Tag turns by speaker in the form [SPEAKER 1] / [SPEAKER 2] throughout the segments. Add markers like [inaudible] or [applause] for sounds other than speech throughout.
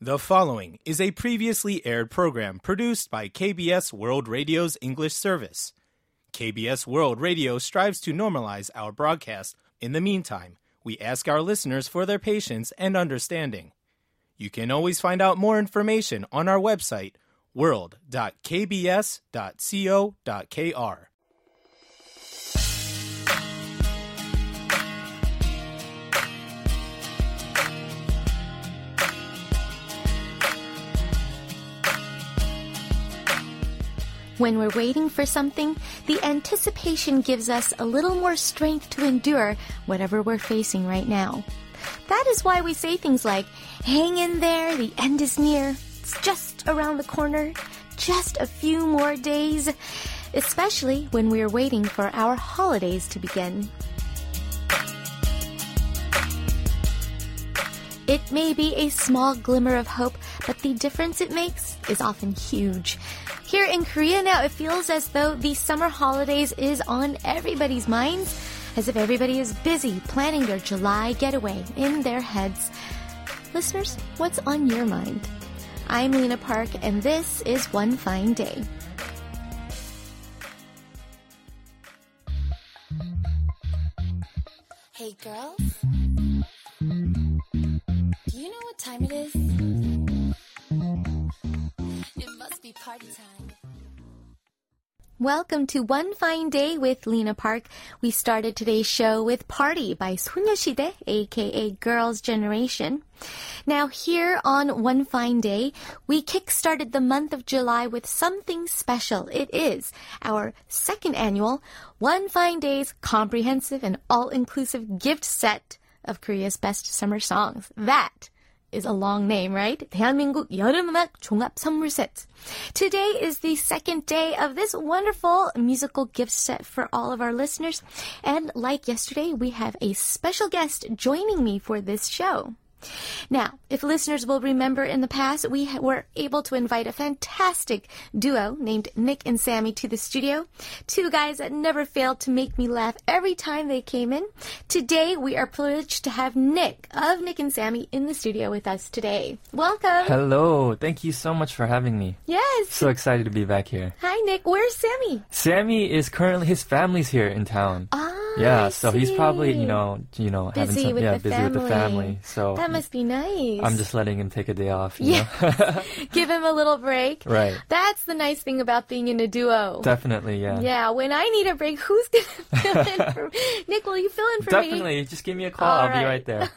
[SPEAKER 1] The following is a previously aired program produced by KBS World Radio's English service. KBS World Radio strives to normalize our broadcast. In the meantime, we ask our listeners for their patience and understanding. You can always find out more information on our website, world.kbs.co.kr.
[SPEAKER 2] When we're waiting for something, the anticipation gives us a little more strength to endure whatever we're facing right now. That is why we say things like, hang in there, the end is near, it's just around the corner, just a few more days, especially when we're waiting for our holidays to begin. It may be a small glimmer of hope, but the difference it makes is often huge. Here in Korea now, it feels as though the summer holidays is on everybody's minds, as if everybody is busy planning their July getaway in their heads. Listeners, what's on your mind? I'm Lena Park, and this is One Fine Day.
[SPEAKER 3] Hey girls, do you know what time it is? It must be party time.
[SPEAKER 2] Welcome to One Fine Day with Lena Park. We started today's show with Party by 소녀시대, aka Girls' Generation. Now here on One Fine Day, we kick-started the month of July with something special. It is our second annual One Fine Day's comprehensive and all-inclusive gift set of Korea's best summer songs. That is a long name, right? 대한민국 여름음악 종합 선물 set. Today is the second day of this wonderful musical gift set for all of our listeners. And like yesterday, we have a special guest joining me for this show. Now, if listeners will remember in the past, we ha- were able to invite a fantastic duo named Nick and Sammy to the studio. Two guys that never failed to make me laugh every time they came in. Today, we are privileged to have Nick of Nick and Sammy in the studio with us today. Welcome.
[SPEAKER 4] [laughs] Hello, thank you so much for having me.
[SPEAKER 2] Yes.
[SPEAKER 4] So excited to be back here.
[SPEAKER 2] Hi, Nick. Where's Sammy?
[SPEAKER 4] Sammy is currently his family's here in town.
[SPEAKER 2] Ah,
[SPEAKER 4] yeah,
[SPEAKER 2] I
[SPEAKER 4] so he's probably
[SPEAKER 2] see.
[SPEAKER 4] you know you know having
[SPEAKER 2] busy
[SPEAKER 4] some
[SPEAKER 2] with
[SPEAKER 4] yeah
[SPEAKER 2] the
[SPEAKER 4] busy
[SPEAKER 2] family.
[SPEAKER 4] with the family. So
[SPEAKER 2] that must be nice.
[SPEAKER 4] I'm just letting him take a day off. You know? [laughs]
[SPEAKER 2] [laughs] give him a little break.
[SPEAKER 4] right.
[SPEAKER 2] That's the nice thing about being in a duo.
[SPEAKER 4] Definitely, yeah.
[SPEAKER 2] Yeah, when I need a break, who's gonna [laughs] fill
[SPEAKER 4] [laughs]
[SPEAKER 2] in for me? Nick, will you fill in for me?
[SPEAKER 4] Definitely, just give me a call.
[SPEAKER 2] [laughs] All
[SPEAKER 4] I'll be
[SPEAKER 2] right.
[SPEAKER 4] right there.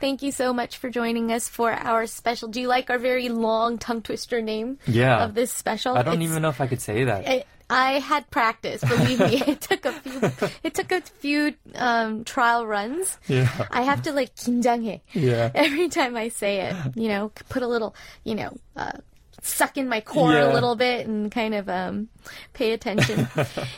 [SPEAKER 2] Thank you so much for joining us for our special. Do you like our very long tongue twister name
[SPEAKER 4] Yeah.
[SPEAKER 2] of this special?
[SPEAKER 4] I don't
[SPEAKER 2] It's-
[SPEAKER 4] even know if I could say that.
[SPEAKER 2] I, I had practice. Believe me, [laughs] it took a few. It took a few um, trial runs.
[SPEAKER 4] yeah.
[SPEAKER 2] I have to like 긴장해.
[SPEAKER 4] Yeah.
[SPEAKER 2] [laughs] Every time I say it, you know, put a little, you know, uh, suck in my core a
[SPEAKER 4] Yeah.
[SPEAKER 2] little bit and kind of um, pay
[SPEAKER 4] [laughs]
[SPEAKER 2] attention.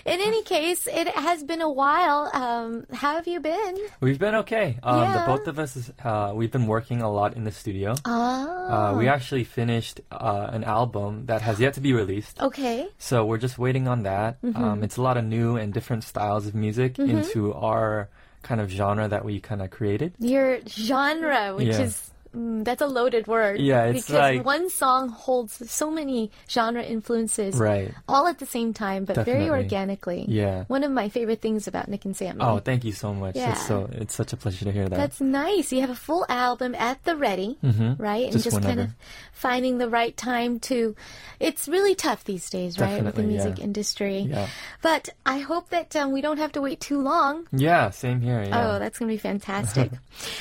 [SPEAKER 2] in any case, it has been a while. Um, how have you been?
[SPEAKER 4] We've been okay. Um,
[SPEAKER 2] Yeah.
[SPEAKER 4] The both of us, is- uh, we've been working a lot in the studio.
[SPEAKER 2] Oh,
[SPEAKER 4] Uh, we actually finished uh, an album that has yet to be released.
[SPEAKER 2] okay.
[SPEAKER 4] So we're just waiting on that. Um,
[SPEAKER 2] Mm-hmm.
[SPEAKER 4] it's a lot of new and different styles of music into our kind of genre that we kind of created.
[SPEAKER 2] Your genre, which
[SPEAKER 4] Yeah.
[SPEAKER 2] is. Mm, that's a loaded word.
[SPEAKER 4] Yeah, it's
[SPEAKER 2] because
[SPEAKER 4] like-
[SPEAKER 2] one song holds so many genre influences
[SPEAKER 4] Right.
[SPEAKER 2] all at the same time, but very
[SPEAKER 4] Definitely.
[SPEAKER 2] organically.
[SPEAKER 4] Yeah.
[SPEAKER 2] One of my favorite things about Nick and Sammy.
[SPEAKER 4] Oh, thank you so much.
[SPEAKER 2] Yeah.
[SPEAKER 4] It's so it's such a pleasure to hear that.
[SPEAKER 2] That's nice. You have a full album at the ready, right? And just,
[SPEAKER 4] Mm-hmm. Just
[SPEAKER 2] kind of
[SPEAKER 4] whenever.
[SPEAKER 2] finding the right time to. It's really tough these days, right, with the
[SPEAKER 4] Definitely,
[SPEAKER 2] music
[SPEAKER 4] yeah.
[SPEAKER 2] industry.
[SPEAKER 4] Yeah.
[SPEAKER 2] But I hope that um, we don't have to wait too long.
[SPEAKER 4] yeah, same here. Yeah.
[SPEAKER 2] Oh, that's going to be
[SPEAKER 4] [laughs]
[SPEAKER 2] fantastic.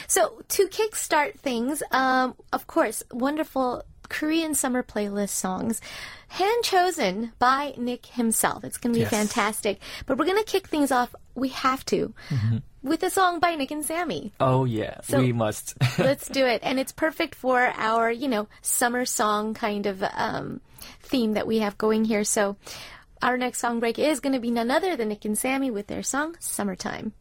[SPEAKER 2] so, to kickstart things, um, of course, wonderful Korean summer playlist songs, hand chosen by Nick himself. It's going to be
[SPEAKER 4] Yes.
[SPEAKER 2] fantastic. But we're going to kick things off. We have to.
[SPEAKER 4] Mm-hmm.
[SPEAKER 2] With a song by Nick and Sammy.
[SPEAKER 4] oh yeah, we must. [laughs]
[SPEAKER 2] Let's do it. And it's perfect for our, you know, summer song kind of um, theme that we have going here. So our next song break is going to be none other than Nick and Sammy with their song Summertime.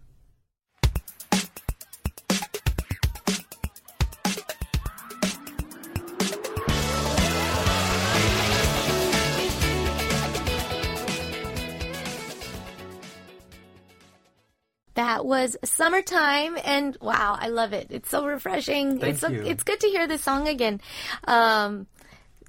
[SPEAKER 2] that was Summertime, and wow, I love it. It's so refreshing.
[SPEAKER 4] Thank
[SPEAKER 2] it's, so-
[SPEAKER 4] you.
[SPEAKER 2] it's good to hear this song again. Um,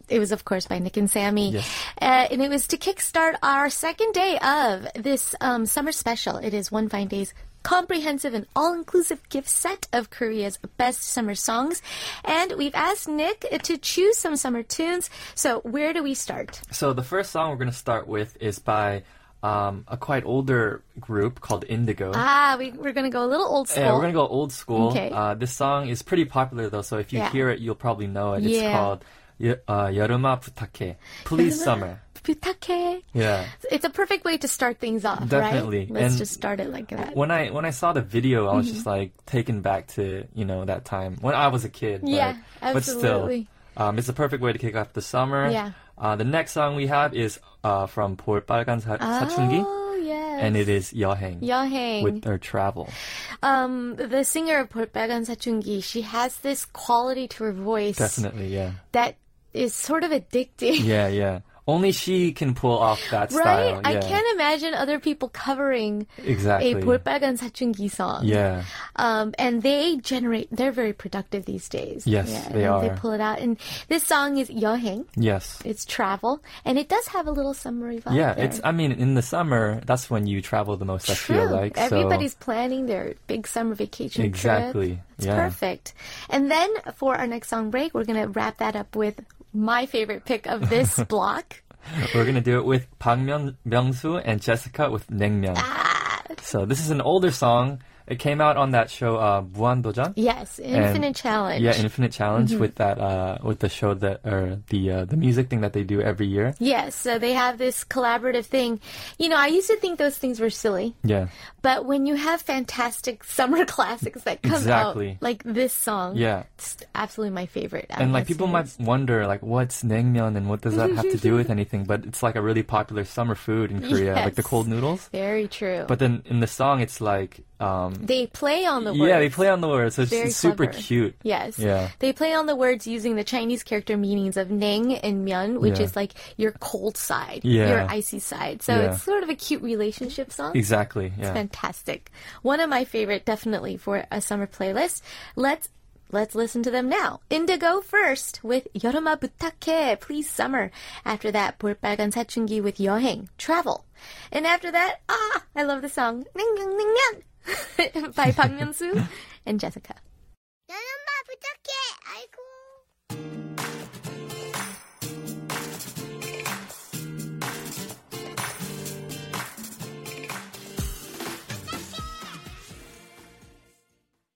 [SPEAKER 2] it was, of course, by Nick and Sammy.
[SPEAKER 4] Yes.
[SPEAKER 2] Uh, and it was to kickstart our second day of this um, summer special. It is One Fine Day's comprehensive and all inclusive gift set of Korea's best summer songs. And we've asked Nick to choose some summer tunes. So, where do we start?
[SPEAKER 4] So the first song we're going to start with is by um, a quite older group called Indigo.
[SPEAKER 2] Ah, we, we're going to go a little old school.
[SPEAKER 4] Yeah, we're gonna go old school.
[SPEAKER 2] Okay.
[SPEAKER 4] Uh, this song is pretty popular though, so if you
[SPEAKER 2] Yeah.
[SPEAKER 4] hear it, you'll probably know it. It's
[SPEAKER 2] Yeah.
[SPEAKER 4] called Ye- uh, 여름아 부탁해.
[SPEAKER 2] [laughs]
[SPEAKER 4] Please summer.
[SPEAKER 2] 부탁해.
[SPEAKER 4] Yeah.
[SPEAKER 2] It's a perfect way to start things off,
[SPEAKER 4] Definitely.
[SPEAKER 2] right? Let's
[SPEAKER 4] And
[SPEAKER 2] just start it like that.
[SPEAKER 4] When I when I saw the video, I was
[SPEAKER 2] Mm-hmm.
[SPEAKER 4] just like taken back to you know that time when I was a kid. But,
[SPEAKER 2] Yeah, absolutely.
[SPEAKER 4] But still, um, it's the perfect way to kick off the summer.
[SPEAKER 2] Yeah.
[SPEAKER 4] Uh, the next song we have is uh, from 볼 빨간 사, 사춘기,
[SPEAKER 2] Oh, yes.
[SPEAKER 4] and it is 여행
[SPEAKER 2] Yahang.
[SPEAKER 4] with their travel.
[SPEAKER 2] um, the singer of Portbagan Sachungi, she has this quality to her voice
[SPEAKER 4] Definitely, yeah,
[SPEAKER 2] that is sort of addicting.
[SPEAKER 4] yeah, yeah. Only she can pull off
[SPEAKER 2] [laughs]
[SPEAKER 4] that
[SPEAKER 2] Right?
[SPEAKER 4] style.
[SPEAKER 2] I
[SPEAKER 4] yeah.
[SPEAKER 2] can't imagine other people covering
[SPEAKER 4] Exactly.
[SPEAKER 2] a Portbagan Sachungi song.
[SPEAKER 4] Yeah.
[SPEAKER 2] Um, and they generate, they're very productive these days.
[SPEAKER 4] Yes,
[SPEAKER 2] yeah,
[SPEAKER 4] they
[SPEAKER 2] and They
[SPEAKER 4] are.
[SPEAKER 2] pull it out. And this song is Yoheng.
[SPEAKER 4] Yes.
[SPEAKER 2] It's travel. And it does have a little summery vibe.
[SPEAKER 4] Yeah.
[SPEAKER 2] there.
[SPEAKER 4] It's. I mean, in the summer, that's when you travel the most. I feel like. so-
[SPEAKER 2] Everybody's planning their big summer vacation trip.
[SPEAKER 4] Exactly,
[SPEAKER 2] It's
[SPEAKER 4] yeah.
[SPEAKER 2] perfect. And then for our next song break, we're going to wrap that up with my favorite pick of
[SPEAKER 4] [laughs]
[SPEAKER 2] this block.
[SPEAKER 4] We're gonna do it with Park Myung Myungsu and Jessica with Naengmyeon.
[SPEAKER 2] Ah.
[SPEAKER 4] So this is an older song. It came out on that show, uh, 무한도전.
[SPEAKER 2] Yes, Infinite Mm-hmm. Challenge.
[SPEAKER 4] Yeah, Infinite Challenge with that, uh, with the show that or the uh, the music thing that they do every year.
[SPEAKER 2] Yes, so they have this collaborative thing. You know, I used to think those things were silly,
[SPEAKER 4] Yeah,
[SPEAKER 2] but when you have fantastic [laughs] summer classics that come
[SPEAKER 4] Exactly.
[SPEAKER 2] out, like this song,
[SPEAKER 4] yeah.
[SPEAKER 2] it's absolutely my favorite. out
[SPEAKER 4] And
[SPEAKER 2] of
[SPEAKER 4] like
[SPEAKER 2] that
[SPEAKER 4] people
[SPEAKER 2] series.
[SPEAKER 4] might wonder, like, what's naengmyeon and what does that have to
[SPEAKER 2] [laughs]
[SPEAKER 4] do with anything? But it's like a really popular summer food in Korea, like the
[SPEAKER 2] Yes.
[SPEAKER 4] cold noodles.
[SPEAKER 2] Very true.
[SPEAKER 4] But then in the song, it's like, um,
[SPEAKER 2] they play on the words.
[SPEAKER 4] yeah, they play on the words, so it's
[SPEAKER 2] Very
[SPEAKER 4] just super
[SPEAKER 2] clever.
[SPEAKER 4] cute.
[SPEAKER 2] Yes.
[SPEAKER 4] Yeah.
[SPEAKER 2] They play on the words using the Chinese character meanings of Ning and Myeon, which
[SPEAKER 4] Yeah.
[SPEAKER 2] is like your cold side,
[SPEAKER 4] Yeah.
[SPEAKER 2] your icy side. So
[SPEAKER 4] Yeah.
[SPEAKER 2] it's sort of a cute relationship song.
[SPEAKER 4] Exactly. Yeah.
[SPEAKER 2] Fantastic. One of my favorite, definitely, for a summer playlist. Let's let's listen to them now. Indigo first with 여름아 부탁해, Please Summer. After that, 볼빨간 사춘기 with 여행, Travel. And after that, ah, I love the song 냉냥냉냥 [laughs] by Park Myung-soo and Jessica.
[SPEAKER 5] 너는 엄마 부탁해. 아이고.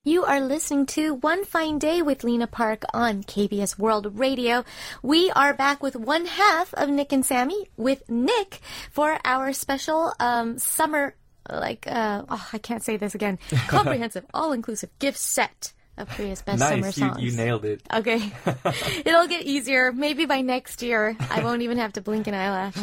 [SPEAKER 2] You are listening to One Fine Day with Lena Park on KBS World Radio. We are back with one half of Nick and Sammy with Nick for our special um, summer, like, uh, oh, I can't say this
[SPEAKER 4] [laughs]
[SPEAKER 2] again, comprehensive, all inclusive gift set of Korea's best summer
[SPEAKER 4] Nice. You,
[SPEAKER 2] songs.
[SPEAKER 4] you nailed it. [laughs]
[SPEAKER 2] Okay. It'll get easier. Maybe by next year, I won't even have to blink an
[SPEAKER 4] [laughs]
[SPEAKER 2] eyelash.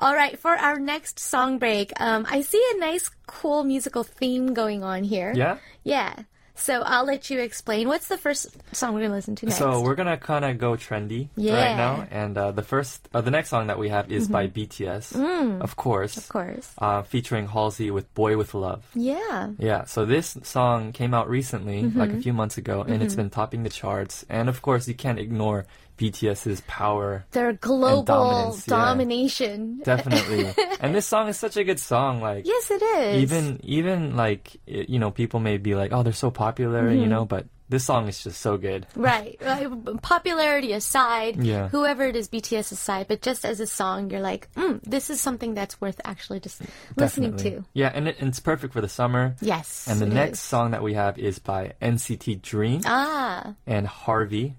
[SPEAKER 2] All right, for our next song break, um, I see a nice, cool musical theme going on here.
[SPEAKER 4] Yeah?
[SPEAKER 2] Yeah. So I'll let you explain. What's the first song we're going to listen to next?
[SPEAKER 4] So we're gonna kind of go trendy
[SPEAKER 2] Yeah. Mm-hmm.
[SPEAKER 4] right now, and uh, the first, uh, the next song that we have is by BTS, of course,
[SPEAKER 2] Mm. of course.
[SPEAKER 4] uh, featuring Halsey with "Boy with Love."
[SPEAKER 2] Yeah.
[SPEAKER 4] Yeah, so this song came out recently,
[SPEAKER 2] Mm-hmm.
[SPEAKER 4] like a few months ago, and it's been topping the charts. And of course, you can't ignore BTS's power,
[SPEAKER 2] Their global
[SPEAKER 4] dominance, yeah.
[SPEAKER 2] domination. [laughs]
[SPEAKER 4] definitely. and this song is such a good song, like
[SPEAKER 2] Yes, it is.
[SPEAKER 4] even even like it, you know, people may be like, "Oh, they're so popular," you
[SPEAKER 2] Mm-hmm.
[SPEAKER 4] know, but this song is just so good.
[SPEAKER 2] Right. [laughs] Uh, Popularity aside,
[SPEAKER 4] Yeah.
[SPEAKER 2] whoever it is, BTS aside, but just as a song, you're like, mm, this is something that's worth actually just listening
[SPEAKER 4] Definitely.
[SPEAKER 2] to.
[SPEAKER 4] Yeah, and, it, and it's perfect for the summer.
[SPEAKER 2] Yes.
[SPEAKER 4] And the
[SPEAKER 2] it is.
[SPEAKER 4] next song that we have is by NCT Dream
[SPEAKER 2] Ah,
[SPEAKER 4] and Harvey,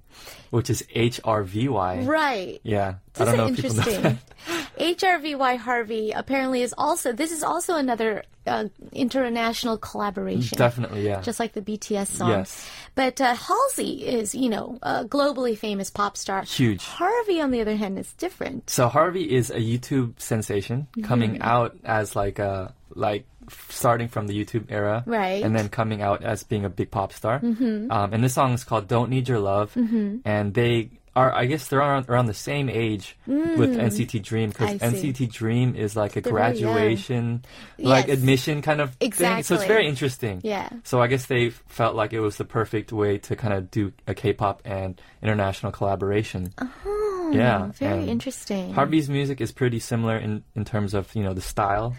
[SPEAKER 4] which is H R V Y.
[SPEAKER 2] right.
[SPEAKER 4] Yeah, I
[SPEAKER 2] This
[SPEAKER 4] don't
[SPEAKER 2] is
[SPEAKER 4] know if people know
[SPEAKER 2] interesting.
[SPEAKER 4] that. [laughs]
[SPEAKER 2] HRVY Harvey apparently is also, this is also another uh, international collaboration.
[SPEAKER 4] Definitely, yeah.
[SPEAKER 2] Just like the BTS song.
[SPEAKER 4] Yes.
[SPEAKER 2] But uh, Halsey is, you know, a globally famous pop star.
[SPEAKER 4] Huge.
[SPEAKER 2] Harvey, on the other hand, is different.
[SPEAKER 4] So Harvey is a YouTube sensation
[SPEAKER 2] Mm-hmm.
[SPEAKER 4] coming out as like a like f- starting from the YouTube era,
[SPEAKER 2] Right.
[SPEAKER 4] And then coming out as being a big pop star. Mm-hmm. Um, and this song is called "Don't Need Your Love," and they are I guess they're around, around the same age with NCT Dream because
[SPEAKER 2] Mm. I see.
[SPEAKER 4] NCT Dream is like a
[SPEAKER 2] They're very young.
[SPEAKER 4] graduation, like
[SPEAKER 2] Yes.
[SPEAKER 4] admission kind of thing. So
[SPEAKER 2] Exactly.
[SPEAKER 4] it's very interesting.
[SPEAKER 2] Yeah.
[SPEAKER 4] So I guess they f- felt like it was the perfect way to kind of do a K-pop and international collaboration.
[SPEAKER 2] Oh,
[SPEAKER 4] Yeah,
[SPEAKER 2] Very
[SPEAKER 4] and
[SPEAKER 2] interesting.
[SPEAKER 4] Harvey's music is pretty similar in, in terms of you know the style.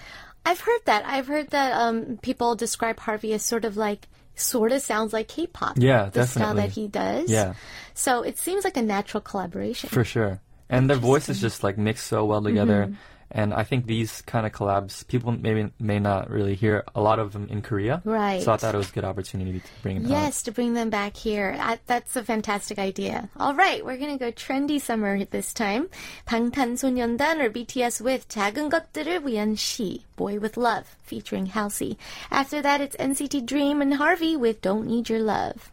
[SPEAKER 2] I've heard that. I've heard that um, people describe Harvey as sort of like, sort of sounds like K-pop.
[SPEAKER 4] Yeah,
[SPEAKER 2] the style
[SPEAKER 4] definitely.
[SPEAKER 2] that he does.
[SPEAKER 4] Yeah.
[SPEAKER 2] So it seems like a natural collaboration.
[SPEAKER 4] For sure. And their voices just like mix so
[SPEAKER 2] Mm-hmm.
[SPEAKER 4] well together. And I think these kind of collabs, people maybe may not really hear a lot of them in Korea.
[SPEAKER 2] Right.
[SPEAKER 4] So I thought it was a good opportunity to bring them out.
[SPEAKER 2] Yes, to bring them back here. I, that's a fantastic idea. All right, we're gonna go trendy summer this time. 방탄소년단 or BTS with 작은 것들을 위한 시, Boy with Love, featuring Halsey. After that, it's NCT Dream and Harvey with Don't Need Your Love.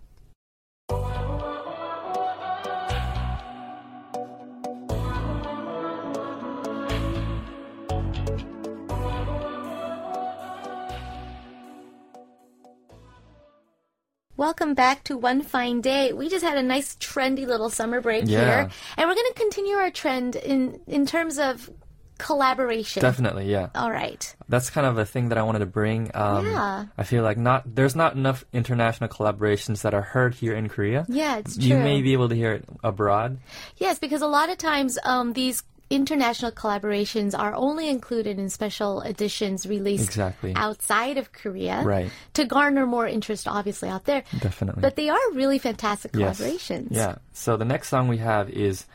[SPEAKER 2] Welcome back to One Fine Day. We just had a nice trendy little summer break
[SPEAKER 4] Yeah.
[SPEAKER 2] here, and we're going to continue our trend in in terms of collaboration.
[SPEAKER 4] Definitely, yeah.
[SPEAKER 2] All right.
[SPEAKER 4] That's kind of a thing that I wanted to bring. Um,
[SPEAKER 2] Yeah.
[SPEAKER 4] I feel like not there's not enough international collaborations that are heard here in Korea.
[SPEAKER 2] Yeah, it's true.
[SPEAKER 4] You may be able to hear it abroad.
[SPEAKER 2] Yes, because a lot of times um, these international collaborations are only included in special editions released
[SPEAKER 4] Exactly.
[SPEAKER 2] outside of Korea
[SPEAKER 4] Right.
[SPEAKER 2] to garner more interest, obviously, out there.
[SPEAKER 4] Definitely.
[SPEAKER 2] But they are really fantastic
[SPEAKER 4] Yes.
[SPEAKER 2] collaborations.
[SPEAKER 4] Yeah. So the next song we have is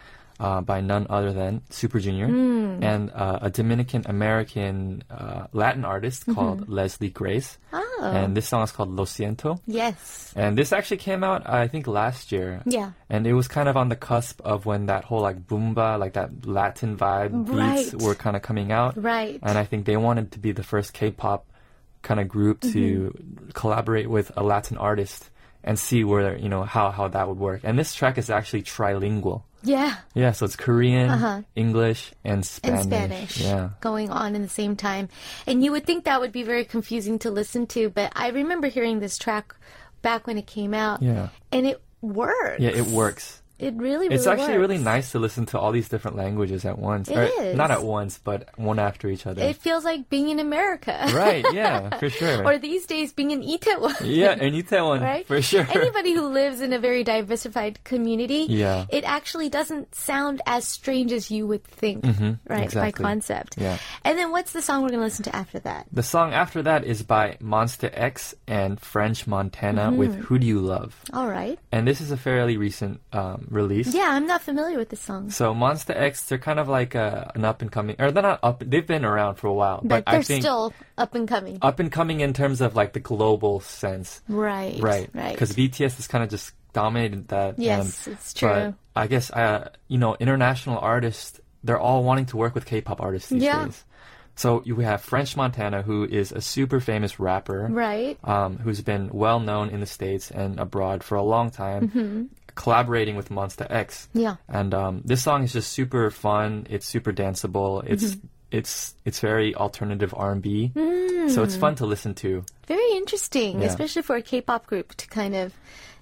[SPEAKER 4] uh, by none other than Super Junior
[SPEAKER 2] Hmm.
[SPEAKER 4] and uh, a Dominican American uh, Latin artist called Leslie Grace.
[SPEAKER 2] Mm-hmm. Oh.
[SPEAKER 4] And this song is called Lo Siento.
[SPEAKER 2] Yes.
[SPEAKER 4] And this actually came out, I think, last year.
[SPEAKER 2] Yeah.
[SPEAKER 4] And it was kind of on the cusp of when that whole like boomba, like that Latin vibe beats
[SPEAKER 2] Right.
[SPEAKER 4] were kind of coming out.
[SPEAKER 2] Right.
[SPEAKER 4] And I think they wanted to be the first K-pop kind of group to
[SPEAKER 2] Mm-hmm.
[SPEAKER 4] collaborate with a Latin artist and see where you know how how that would work. And this track is actually trilingual.
[SPEAKER 2] Yeah.
[SPEAKER 4] Yeah, so it's Korean, English, and Spanish.
[SPEAKER 2] Uh-huh. and Spanish
[SPEAKER 4] Yeah.
[SPEAKER 2] going on in the same time. And you would think that would be very confusing to listen to, but I remember hearing this track back when it came out.
[SPEAKER 4] Yeah.
[SPEAKER 2] And it works.
[SPEAKER 4] Yeah, it works.
[SPEAKER 2] It really, really
[SPEAKER 4] It's actually really
[SPEAKER 2] works.
[SPEAKER 4] nice to listen to all these different languages at once.
[SPEAKER 2] It
[SPEAKER 4] or,
[SPEAKER 2] is.
[SPEAKER 4] Not at once, but one after each other.
[SPEAKER 2] It feels like being in America.
[SPEAKER 4] right, yeah, for
[SPEAKER 2] [laughs]
[SPEAKER 4] sure.
[SPEAKER 2] or these days being in Itaewon.
[SPEAKER 4] yeah, and you tell one
[SPEAKER 2] [laughs] Right?
[SPEAKER 4] for sure.
[SPEAKER 2] Anybody who lives in a very diversified community,
[SPEAKER 4] Yeah.
[SPEAKER 2] it actually doesn't sound as strange as you would think, right? By
[SPEAKER 4] Mm-hmm. exactly.
[SPEAKER 2] concept.
[SPEAKER 4] Yeah.
[SPEAKER 2] And then what's the song we're going to listen to after that?
[SPEAKER 4] The song after that is by Monster X and French Montana
[SPEAKER 2] Mm-hmm.
[SPEAKER 4] with Who Do You Love?
[SPEAKER 2] All right.
[SPEAKER 4] And this is a fairly recent um, release.
[SPEAKER 2] Yeah, I'm not familiar with this song.
[SPEAKER 4] So Monster X, they're kind of like uh an up and coming, or they're not up. They've been around for a while,
[SPEAKER 2] but
[SPEAKER 4] but,
[SPEAKER 2] they're
[SPEAKER 4] I think
[SPEAKER 2] still up and coming.
[SPEAKER 4] up and coming in terms of like the global sense,
[SPEAKER 2] right.
[SPEAKER 4] right?
[SPEAKER 2] Right.
[SPEAKER 4] Because BTS has kind of just dominated that.
[SPEAKER 2] Yes, it's true.
[SPEAKER 4] But I guess uh, you know international artists, they're all wanting to work with K-pop artists these
[SPEAKER 2] Yeah.
[SPEAKER 4] days. So you have French Montana, who is a super famous rapper,
[SPEAKER 2] right.
[SPEAKER 4] um, who's been well known in the states and abroad for a long time, collaborating with Monster X.
[SPEAKER 2] Mm-hmm. Yeah.
[SPEAKER 4] and um, this song is just super fun. It's super danceable.
[SPEAKER 2] Mm-hmm.
[SPEAKER 4] It's it's it's very alternative R and B, so
[SPEAKER 2] Mm.
[SPEAKER 4] it's fun to listen to.
[SPEAKER 2] Very interesting,
[SPEAKER 4] Yeah.
[SPEAKER 2] especially for a K-pop group to kind of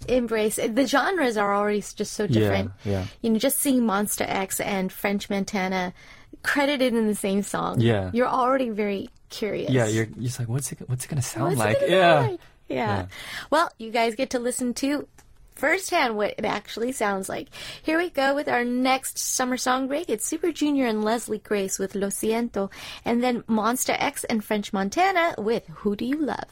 [SPEAKER 2] embrace. The genres are already just so different.
[SPEAKER 4] yeah.
[SPEAKER 2] You know, just seeing Monster X and French Montana credited in the same song.
[SPEAKER 4] Yeah.
[SPEAKER 2] You're already very curious.
[SPEAKER 4] Yeah, you're you're just like, what's it what's it gonna sound
[SPEAKER 2] What's it
[SPEAKER 4] like?
[SPEAKER 2] gonna
[SPEAKER 4] oh yeah.
[SPEAKER 2] sound like? yeah. Well, you guys get to listen to firsthand what it actually sounds like. Here we go with our next summer song break. It's Super Junior and Leslie Grace with Lo Siento, and then Monster X and French Montana with Who Do You Love?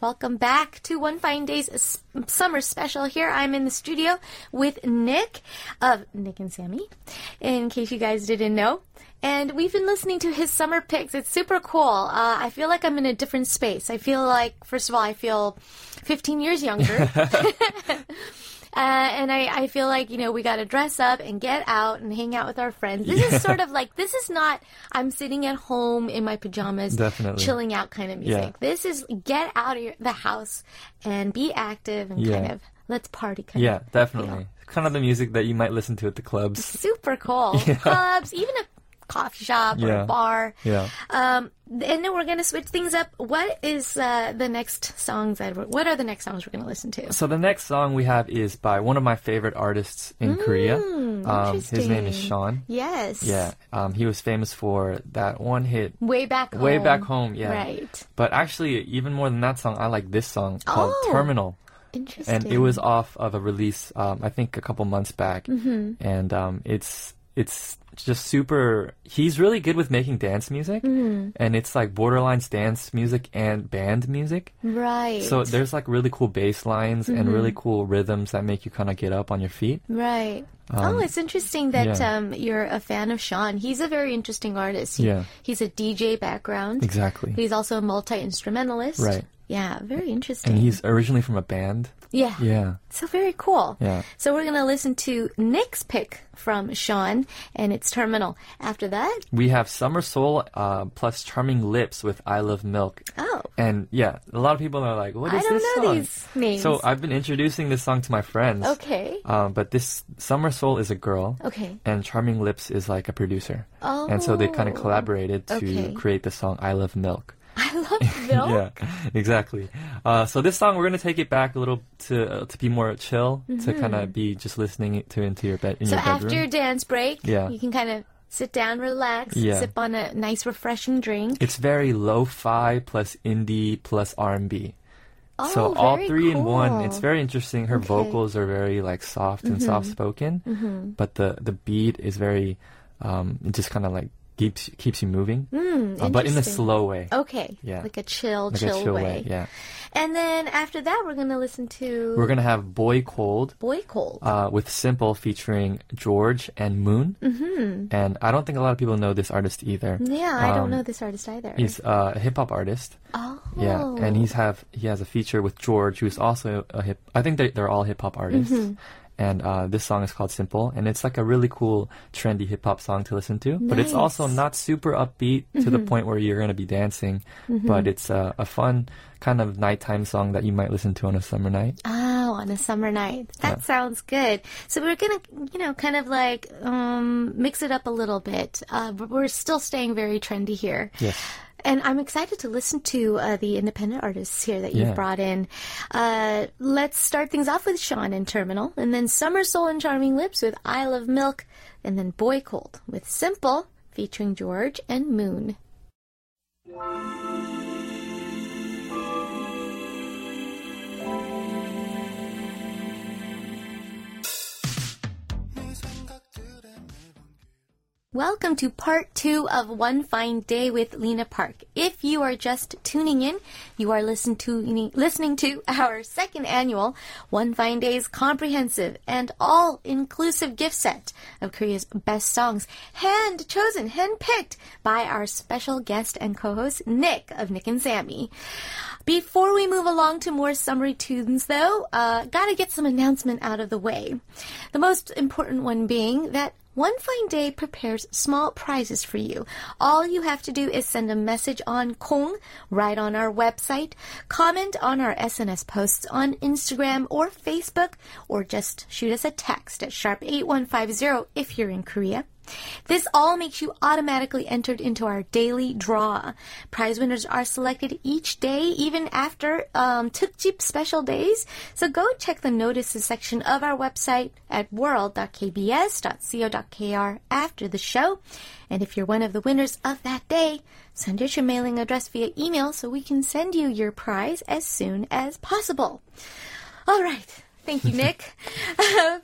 [SPEAKER 2] Welcome back to One Fine Day's s- summer special. Here I'm in the studio with Nick of Nick and Sammy, in case you guys didn't know. And we've been listening to his summer picks. It's super cool. Uh, I feel like I'm in a different space. I feel like, first of all, I feel 15 years younger. [laughs] Uh, and I, I feel like, you know, we got to dress up and get out and hang out with our friends. This is sort of like, this is not, I'm sitting at home in my pajamas,
[SPEAKER 4] Definitely.
[SPEAKER 2] chilling out kind of music. This is get out of your, the house and be active and
[SPEAKER 4] Yeah.
[SPEAKER 2] kind of, let's party kind
[SPEAKER 4] Yeah,
[SPEAKER 2] of.
[SPEAKER 4] definitely. kind of the music that you might listen to at the clubs.
[SPEAKER 2] Super
[SPEAKER 4] [laughs]
[SPEAKER 2] cool. Clubs, even a coffee shop or
[SPEAKER 4] Yeah.
[SPEAKER 2] a bar.
[SPEAKER 4] Yeah.
[SPEAKER 2] Um, and then we're going to switch things up. What is uh, the next songs that we're, what are the next songs we're going to listen to?
[SPEAKER 4] So the next song we have is by one of my favorite artists in Korea. Um, his name
[SPEAKER 2] Mm.
[SPEAKER 4] is
[SPEAKER 2] Hmm, interesting.
[SPEAKER 4] Sean.
[SPEAKER 2] Yes.
[SPEAKER 4] Yeah. Um, he was famous for that one hit
[SPEAKER 2] Way back home.
[SPEAKER 4] Way Back Home. Yeah.
[SPEAKER 2] Right.
[SPEAKER 4] But actually, even more than that song, I like this song called
[SPEAKER 2] Oh.
[SPEAKER 4] Terminal.
[SPEAKER 2] Interesting.
[SPEAKER 4] And it was off of a release, um, I think, a couple months back. Mm-hmm. And um, it's it's just super. He's really good with making dance music,
[SPEAKER 2] Mm-hmm.
[SPEAKER 4] and it's like borderline dance music and band music.
[SPEAKER 2] right.
[SPEAKER 4] So there's like really cool bass lines and really
[SPEAKER 2] Mm-hmm.
[SPEAKER 4] cool rhythms that make you kind of get up on your feet.
[SPEAKER 2] Right. oh, it's interesting that
[SPEAKER 4] Um, yeah.
[SPEAKER 2] um, you're a fan of Sean. He's a very interesting artist. He-
[SPEAKER 4] Yeah.
[SPEAKER 2] He's a DJ background.
[SPEAKER 4] Exactly.
[SPEAKER 2] He's also a multi instrumentalist.
[SPEAKER 4] Right.
[SPEAKER 2] Yeah, very interesting.
[SPEAKER 4] and he's originally from a band.
[SPEAKER 2] yeah.
[SPEAKER 4] Yeah.
[SPEAKER 2] So very cool.
[SPEAKER 4] Yeah.
[SPEAKER 2] So we're going to listen to Nick's pick from Sean and it's Terminal. After that,
[SPEAKER 4] We have Summer Soul uh, plus Charming Lips with I Love Milk.
[SPEAKER 2] oh,
[SPEAKER 4] And yeah, a lot of people are like, "What
[SPEAKER 2] I
[SPEAKER 4] is
[SPEAKER 2] don't
[SPEAKER 4] this
[SPEAKER 2] know
[SPEAKER 4] song?"
[SPEAKER 2] these names.
[SPEAKER 4] So I've been introducing this song to my friends.
[SPEAKER 2] okay.
[SPEAKER 4] Um, but this Summer Soul is a girl,
[SPEAKER 2] Okay.
[SPEAKER 4] and Charming Lips is like a producer. And so they kind of
[SPEAKER 2] Oh.
[SPEAKER 4] collaborated to
[SPEAKER 2] Okay.
[SPEAKER 4] create the song "I Love Milk."
[SPEAKER 2] [laughs] I love Bill.
[SPEAKER 4] [laughs] Yeah, exactly. Uh, so this song, we're gonna take it back a little to uh, to be more chill, to kind of be just listening it to into your bed in
[SPEAKER 2] Mm-hmm. So
[SPEAKER 4] your bedroom.
[SPEAKER 2] after your dance break,
[SPEAKER 4] Yeah.
[SPEAKER 2] you can kind of sit down, relax,
[SPEAKER 4] Yeah.
[SPEAKER 2] sip on a nice refreshing drink.
[SPEAKER 4] It's very lo-fi plus indie plus R&B.
[SPEAKER 2] Oh,
[SPEAKER 4] so all
[SPEAKER 2] very
[SPEAKER 4] three in one.
[SPEAKER 2] cool. Mm-hmm.
[SPEAKER 4] It's very interesting. Her vocals are very like soft and soft-spoken, but the the beat is very um it just kind of like keeps keeps you moving, uh, but in a
[SPEAKER 2] Hmm, interesting.
[SPEAKER 4] slow way.
[SPEAKER 2] Okay.
[SPEAKER 4] Yeah.
[SPEAKER 2] Like a chill,
[SPEAKER 4] Like
[SPEAKER 2] chill,
[SPEAKER 4] a chill
[SPEAKER 2] way.
[SPEAKER 4] yeah.
[SPEAKER 2] And then after that, we're going to listen to
[SPEAKER 4] We're gonna have Boy Cold,
[SPEAKER 2] Boy Cold.
[SPEAKER 4] uh, with Simple featuring George and Moon. Mm-hmm. And I don't think a lot of people know this artist either.
[SPEAKER 2] yeah, I don't
[SPEAKER 4] um,
[SPEAKER 2] know this artist either.
[SPEAKER 4] He's uh, a hip hop artist.
[SPEAKER 2] oh.
[SPEAKER 4] Yeah, and he's have he has a feature with George, who's also a hip. I think they they're all hip hop artists.
[SPEAKER 2] Mm-hmm.
[SPEAKER 4] And uh, this song is called Simple, and it's like a really cool, trendy hip hop song to listen to. But it's also
[SPEAKER 2] Nice. Mm-hmm.
[SPEAKER 4] not super upbeat to the point where you're going to be dancing. But it's a, a fun kind of nighttime song that you might listen to on a summer night.
[SPEAKER 2] Oh, on a summer night. That sounds good. So we're gonna, you know, kind of like um, mix it up a little bit. Uh, but we're still staying very trendy here.
[SPEAKER 4] Yes.
[SPEAKER 2] And I'm excited to listen to uh, the independent artists here that
[SPEAKER 4] Yeah.
[SPEAKER 2] you've brought in. Uh, let's start things off with Sean and Terminal, and then Summer Soul and Charming Lips with Isle of Milk, and then Boy Cold with Simple featuring George and Moon. Welcome to part two of One Fine Day with Lena Park. If you are just tuning in, you are listen to, listening to our second annual One Fine Day's comprehensive and all inclusive gift set of Korea's best songs, hand chosen, hand picked by our special guest and co host, Nick of Nick and Sammy. Before we move along to more summary tunes, though, uh, gotta get some announcement out of the way. The most important one being that One Fine Day prepares small prizes for you. All you have to do is send a message on Kong right on our website, comment on our SNS posts on Instagram or Facebook, or just shoot us a text at sharp8150 if you're in Korea. This all makes you automatically entered into our daily draw. Prize winners are selected each day, even after um, Tukjip special days. So go check the notices section of our website at world.kbs.co.kr after the show. And if you're one of the winners of that day, send us your mailing address via email so we can send you your prize as soon as possible. All right. Thank you, Nick, [laughs]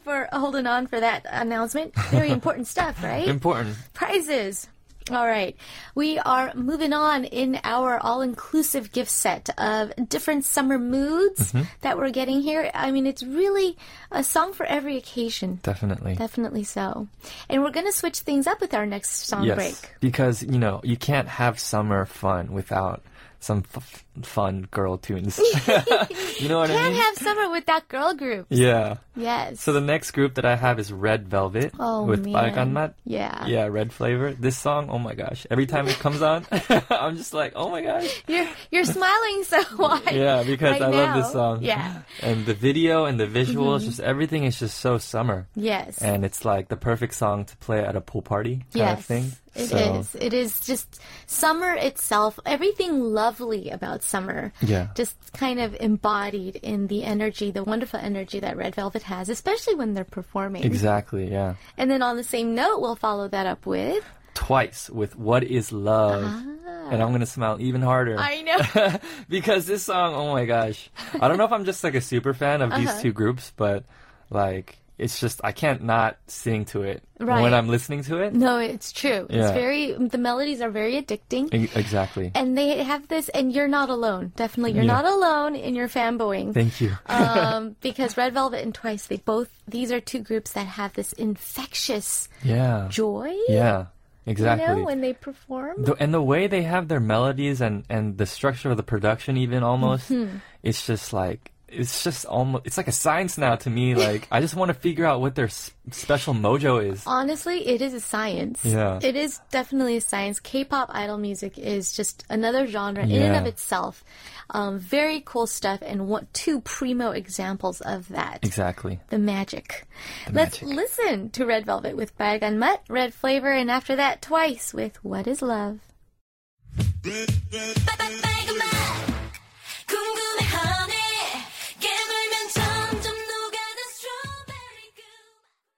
[SPEAKER 2] for holding on for that announcement. Very important stuff, right?
[SPEAKER 4] Important.
[SPEAKER 2] prizes. All right, we are moving on in our all inclusive gift set of different summer moods
[SPEAKER 4] Mm-hmm.
[SPEAKER 2] that we're getting here. I mean, it's really a song for every occasion.
[SPEAKER 4] Definitely.
[SPEAKER 2] Definitely so. And we're going to switch things up with our next song break.
[SPEAKER 4] Because you know you can't have summer fun without some f- fun girl tunes. [laughs] you know what I
[SPEAKER 2] Can't
[SPEAKER 4] mean?
[SPEAKER 2] have summer without girl groups.
[SPEAKER 4] yeah.
[SPEAKER 2] Yes.
[SPEAKER 4] So the next group that I have is Red Velvet
[SPEAKER 2] Oh,
[SPEAKER 4] with
[SPEAKER 2] man.
[SPEAKER 4] Balkanmat.
[SPEAKER 2] Yeah.
[SPEAKER 4] Yeah, red flavor. This song, oh my gosh. Every time it comes on, [laughs] I'm just like, oh my gosh.
[SPEAKER 2] You're you're smiling so [laughs] wide.
[SPEAKER 4] Yeah, because
[SPEAKER 2] right
[SPEAKER 4] I love
[SPEAKER 2] now.
[SPEAKER 4] this song.
[SPEAKER 2] Yeah. Mm-hmm.
[SPEAKER 4] And the video and the visuals, just everything is just so summer.
[SPEAKER 2] Yes.
[SPEAKER 4] And it's like the perfect song to play at a pool party kind
[SPEAKER 2] yes.
[SPEAKER 4] of thing.
[SPEAKER 2] it
[SPEAKER 4] So-
[SPEAKER 2] is. It is just summer itself. Everything lovely about summer.
[SPEAKER 4] Yeah.
[SPEAKER 2] Just kind of embodied in the energy, the wonderful energy that Red Velvet has, especially when they're performing.
[SPEAKER 4] Exactly, yeah.
[SPEAKER 2] And then on the same note, we'll follow that up with
[SPEAKER 4] Twice with What Is Love.
[SPEAKER 2] Ah.
[SPEAKER 4] And I'm going to smile even harder.
[SPEAKER 2] [laughs] I know.
[SPEAKER 4] [laughs] because this song, oh my gosh. I don't know if I'm just like a super fan of
[SPEAKER 2] Uh-huh.
[SPEAKER 4] these two groups, but like it's just I can't not sing to it
[SPEAKER 2] Right.
[SPEAKER 4] when I'm listening to it.
[SPEAKER 2] No, it's true. It's
[SPEAKER 4] Yeah.
[SPEAKER 2] very the melodies are very addicting.
[SPEAKER 4] E- Exactly.
[SPEAKER 2] And they have this and you're not alone. Definitely you're
[SPEAKER 4] Yeah.
[SPEAKER 2] not alone in your fanboying.
[SPEAKER 4] Thank you.
[SPEAKER 2] um, because Red Velvet and Twice, they both these are two groups that have this infectious
[SPEAKER 4] yeah.
[SPEAKER 2] joy.
[SPEAKER 4] Yeah.
[SPEAKER 2] You
[SPEAKER 4] Exactly. Mm.
[SPEAKER 2] know, when they perform.
[SPEAKER 4] the, and the way they have their melodies and, and the structure of the production even almost
[SPEAKER 2] Mm-hmm.
[SPEAKER 4] it's just like it's just almost it's like a science now
[SPEAKER 2] [laughs]
[SPEAKER 4] to me like i just want to figure out what their s- special mojo is
[SPEAKER 2] Honestly, it is a science.
[SPEAKER 4] Yeah.
[SPEAKER 2] It is definitely a science. K-pop idol music is just another genre in and
[SPEAKER 4] Yeah.
[SPEAKER 2] of itself. Um, very cool stuff, and what two primo examples of that.
[SPEAKER 4] exactly
[SPEAKER 2] The magic. Let's
[SPEAKER 4] magic.
[SPEAKER 2] listen to Red Velvet with Bagan Mutt, Red Flavor, and after that, twice with What is Love.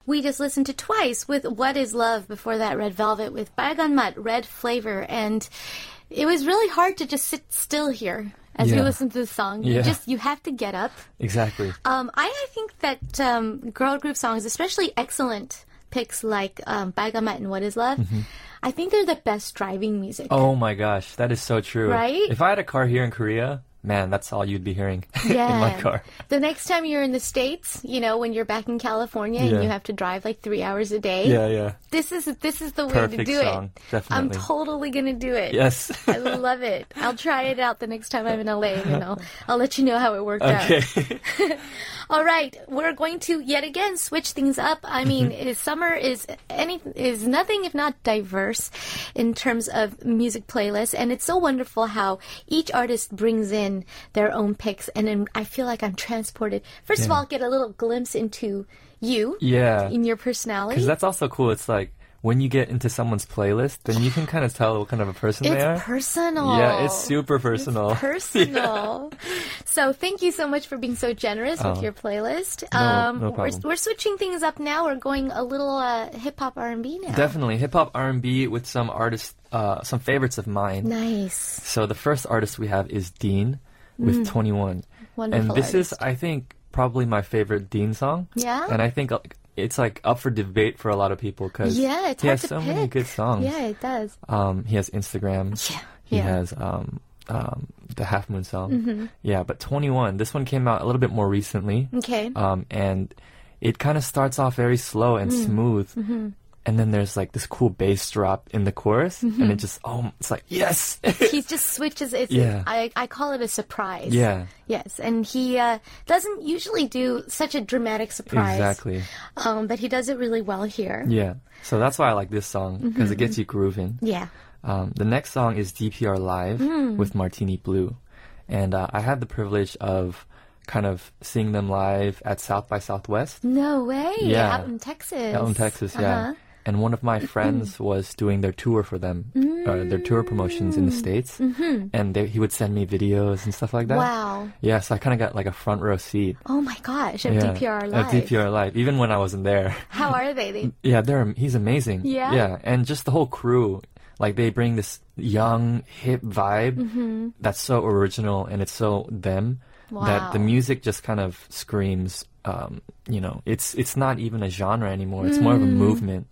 [SPEAKER 2] We just listened to twice with What is Love before that Red Velvet with Bagan Mutt, Red Flavor, and it was really hard to just sit still here as we
[SPEAKER 4] Yeah.
[SPEAKER 2] listened to the song. You
[SPEAKER 4] Yeah.
[SPEAKER 2] just you have to get up.
[SPEAKER 4] exactly
[SPEAKER 2] Um, I, I think that um, girl group songs, especially excellent picks like um, Bagamat and What Is Love, I think they're the best driving music.
[SPEAKER 4] Mm-hmm. oh my gosh that is so true
[SPEAKER 2] Right?
[SPEAKER 4] if i had a car here in korea man that's all you'd be hearing [laughs] in my
[SPEAKER 2] [laughs]
[SPEAKER 4] car
[SPEAKER 2] The next time you're in the States, you know, when you're back in California
[SPEAKER 4] Yeah.
[SPEAKER 2] and you have to drive like three hours a day,
[SPEAKER 4] yeah yeah
[SPEAKER 2] this is this is the way to
[SPEAKER 4] Perfect
[SPEAKER 2] do
[SPEAKER 4] song,
[SPEAKER 2] it.
[SPEAKER 4] definitely.
[SPEAKER 2] I'm totally gonna do it. [laughs]
[SPEAKER 4] yes [laughs]
[SPEAKER 2] I love it. I'll try it out the next time I'm in LA and
[SPEAKER 4] [laughs]
[SPEAKER 2] I'll I'll let you know how it worked out.
[SPEAKER 4] okay
[SPEAKER 2] All right, we're going to yet again switch things up. I mean,
[SPEAKER 4] Mm-hmm.
[SPEAKER 2] is summer is any is nothing if not diverse in terms of music playlists, and it's so wonderful how each artist brings in their own picks, and then I feel like I'm transported. First of all, get a little glimpse into you,
[SPEAKER 4] yeah
[SPEAKER 2] in your
[SPEAKER 4] because
[SPEAKER 2] personality.
[SPEAKER 4] that's also cool it's like when you get into someone's playlist then you can kind of tell what kind of a person they are
[SPEAKER 2] It's personal.
[SPEAKER 4] Yeah, it's super personal. [laughs]
[SPEAKER 2] personal. So thank you so much for being so generous with
[SPEAKER 4] Oh.
[SPEAKER 2] your playlist.
[SPEAKER 4] No-
[SPEAKER 2] um,
[SPEAKER 4] no
[SPEAKER 2] we're,
[SPEAKER 4] problem.
[SPEAKER 2] we're switching things up now. We're going a little uh, hip hop R and B now.
[SPEAKER 4] Definitely hip hop R and B with some artists, uh, some favorites of mine.
[SPEAKER 2] nice,
[SPEAKER 4] So the first artist we have is Dean with Twenty One, and
[SPEAKER 2] Mm. wonderful.
[SPEAKER 4] this is
[SPEAKER 2] artist.
[SPEAKER 4] I think probably my favorite Dean song.
[SPEAKER 2] Yeah?
[SPEAKER 4] and I think uh, it's like up for debate for a lot of people because
[SPEAKER 2] yeah, it's
[SPEAKER 4] he
[SPEAKER 2] hard
[SPEAKER 4] has
[SPEAKER 2] to
[SPEAKER 4] so
[SPEAKER 2] pick.
[SPEAKER 4] many good songs.
[SPEAKER 2] Yeah, it does.
[SPEAKER 4] Um, he has Instagram.
[SPEAKER 2] Yeah,
[SPEAKER 4] He
[SPEAKER 2] yeah. Mm-hmm.
[SPEAKER 4] has um, um, the Half Moon song. Yeah, but Twenty One. This one came out a little bit more recently.
[SPEAKER 2] Okay.
[SPEAKER 4] Um, and it kind of starts off very slow and
[SPEAKER 2] Mm.
[SPEAKER 4] smooth.
[SPEAKER 2] Mm-hmm.
[SPEAKER 4] And then there's like this cool bass drop in the chorus,
[SPEAKER 2] Mm-hmm.
[SPEAKER 4] and it just oh, it's like yes, [laughs]
[SPEAKER 2] he just switches. It's,
[SPEAKER 4] Yeah.
[SPEAKER 2] I, I call it a surprise.
[SPEAKER 4] yeah,
[SPEAKER 2] Yes, and he uh, doesn't usually do such a dramatic surprise.
[SPEAKER 4] exactly,
[SPEAKER 2] Um, but he does it really well here.
[SPEAKER 4] yeah. So that's why I like this song because it gets you grooving.
[SPEAKER 2] Yeah.
[SPEAKER 4] Um, the next song is DPR Live with Martini Blue. And uh, I had the privilege of kind of seeing them live at South by Southwest
[SPEAKER 2] No way.
[SPEAKER 4] Yeah.
[SPEAKER 2] Out in Texas.
[SPEAKER 4] out in Texas, yeah.
[SPEAKER 2] Uh-huh.
[SPEAKER 4] And one of my friends was doing their tour for them, uh, their tour promotions in the States. Mm-hmm. And they, he would send me videos and stuff like that.
[SPEAKER 2] Wow.
[SPEAKER 4] Yeah, so I kind of got like a front row seat.
[SPEAKER 2] Oh my gosh, of
[SPEAKER 4] yeah,
[SPEAKER 2] DPR
[SPEAKER 4] of
[SPEAKER 2] Live.
[SPEAKER 4] DPR Live, even when I wasn't there.
[SPEAKER 2] How are they? They
[SPEAKER 4] Yeah, they're am- he's amazing.
[SPEAKER 2] Yeah?
[SPEAKER 4] yeah, and just the whole crew, like they bring this young hip vibe
[SPEAKER 2] Mm-hmm.
[SPEAKER 4] that's so original and it's so them
[SPEAKER 2] Wow.
[SPEAKER 4] that the music just kind of
[SPEAKER 2] Mm.
[SPEAKER 4] screams. Um, you know, it's it's not even a genre anymore. It's more of a movement.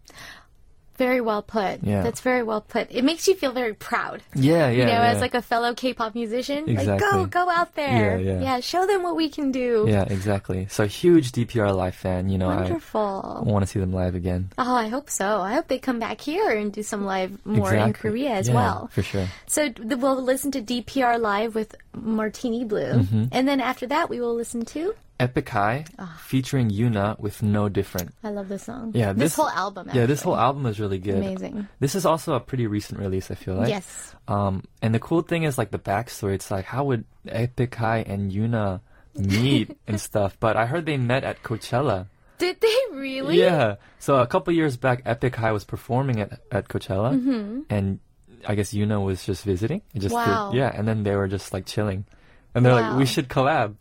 [SPEAKER 2] Very well put.
[SPEAKER 4] Yeah.
[SPEAKER 2] That's very well put. It makes you feel very proud.
[SPEAKER 4] Yeah, yeah.
[SPEAKER 2] you know,
[SPEAKER 4] yeah.
[SPEAKER 2] as like a fellow K-pop musician, like go,
[SPEAKER 4] Exactly.
[SPEAKER 2] go out there,
[SPEAKER 4] Yeah, yeah.
[SPEAKER 2] show them what we can do.
[SPEAKER 4] yeah, exactly. So huge DPR live fan. You know, I
[SPEAKER 2] Wonderful.
[SPEAKER 4] want to see them live again.
[SPEAKER 2] Oh, I hope so. I hope they come back here and do some live more in
[SPEAKER 4] Exactly.
[SPEAKER 2] Korea as
[SPEAKER 4] Yeah,
[SPEAKER 2] well.
[SPEAKER 4] for sure.
[SPEAKER 2] So th- we'll listen to DPR live with Martini Blue,
[SPEAKER 4] Mm-hmm.
[SPEAKER 2] and then after that we will listen to.
[SPEAKER 4] Epic High
[SPEAKER 2] Ah.
[SPEAKER 4] featuring Yuna with No Different.
[SPEAKER 2] I love this song.
[SPEAKER 4] Yeah,
[SPEAKER 2] this, whole album.
[SPEAKER 4] Yeah, this whole album is really good.
[SPEAKER 2] Amazing.
[SPEAKER 4] This is also a pretty recent release, I feel like.
[SPEAKER 2] Yes.
[SPEAKER 4] Um, and the cool thing is like the backstory. It's like how would Epic High and Yuna
[SPEAKER 2] [laughs]
[SPEAKER 4] meet and stuff. But I heard they met at Coachella.
[SPEAKER 2] Did they really?
[SPEAKER 4] Yeah. So a couple years back, Epic High was performing at at Coachella, and I guess Yuna was just visiting. It Just did-
[SPEAKER 2] Mm-hmm. Wow.
[SPEAKER 4] yeah, and then they were just like chilling, and they're
[SPEAKER 2] Wow.
[SPEAKER 4] like, "We should collab,"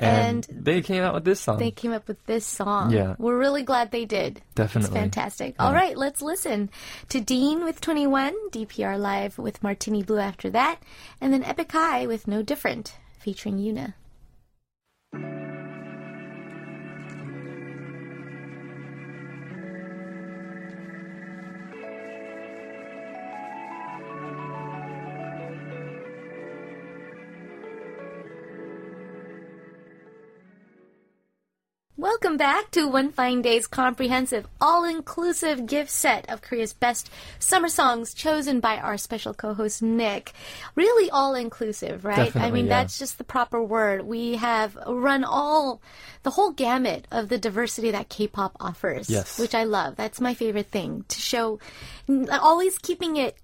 [SPEAKER 4] and,
[SPEAKER 2] And
[SPEAKER 4] they came out with this song.
[SPEAKER 2] They came up with this song.
[SPEAKER 4] Um, Yeah.
[SPEAKER 2] We're really glad they did.
[SPEAKER 4] Definitely.
[SPEAKER 2] It's fantastic. All right, let's listen to Dean with 21, DPR Live with Martini Blue after that, and then Epic High with No Different featuring Yuna. Welcome back to One Fine Day's comprehensive, all inclusive gift set of Korea's best summer songs chosen by our special co host Nick. Really all inclusive, right? I
[SPEAKER 4] Definitely,
[SPEAKER 2] mean,
[SPEAKER 4] yeah.
[SPEAKER 2] that's just the proper word. We have run all the whole gamut of the diversity that K pop offers,
[SPEAKER 4] Yes.
[SPEAKER 2] which I love. That's my favorite thing to show, n- always keeping it.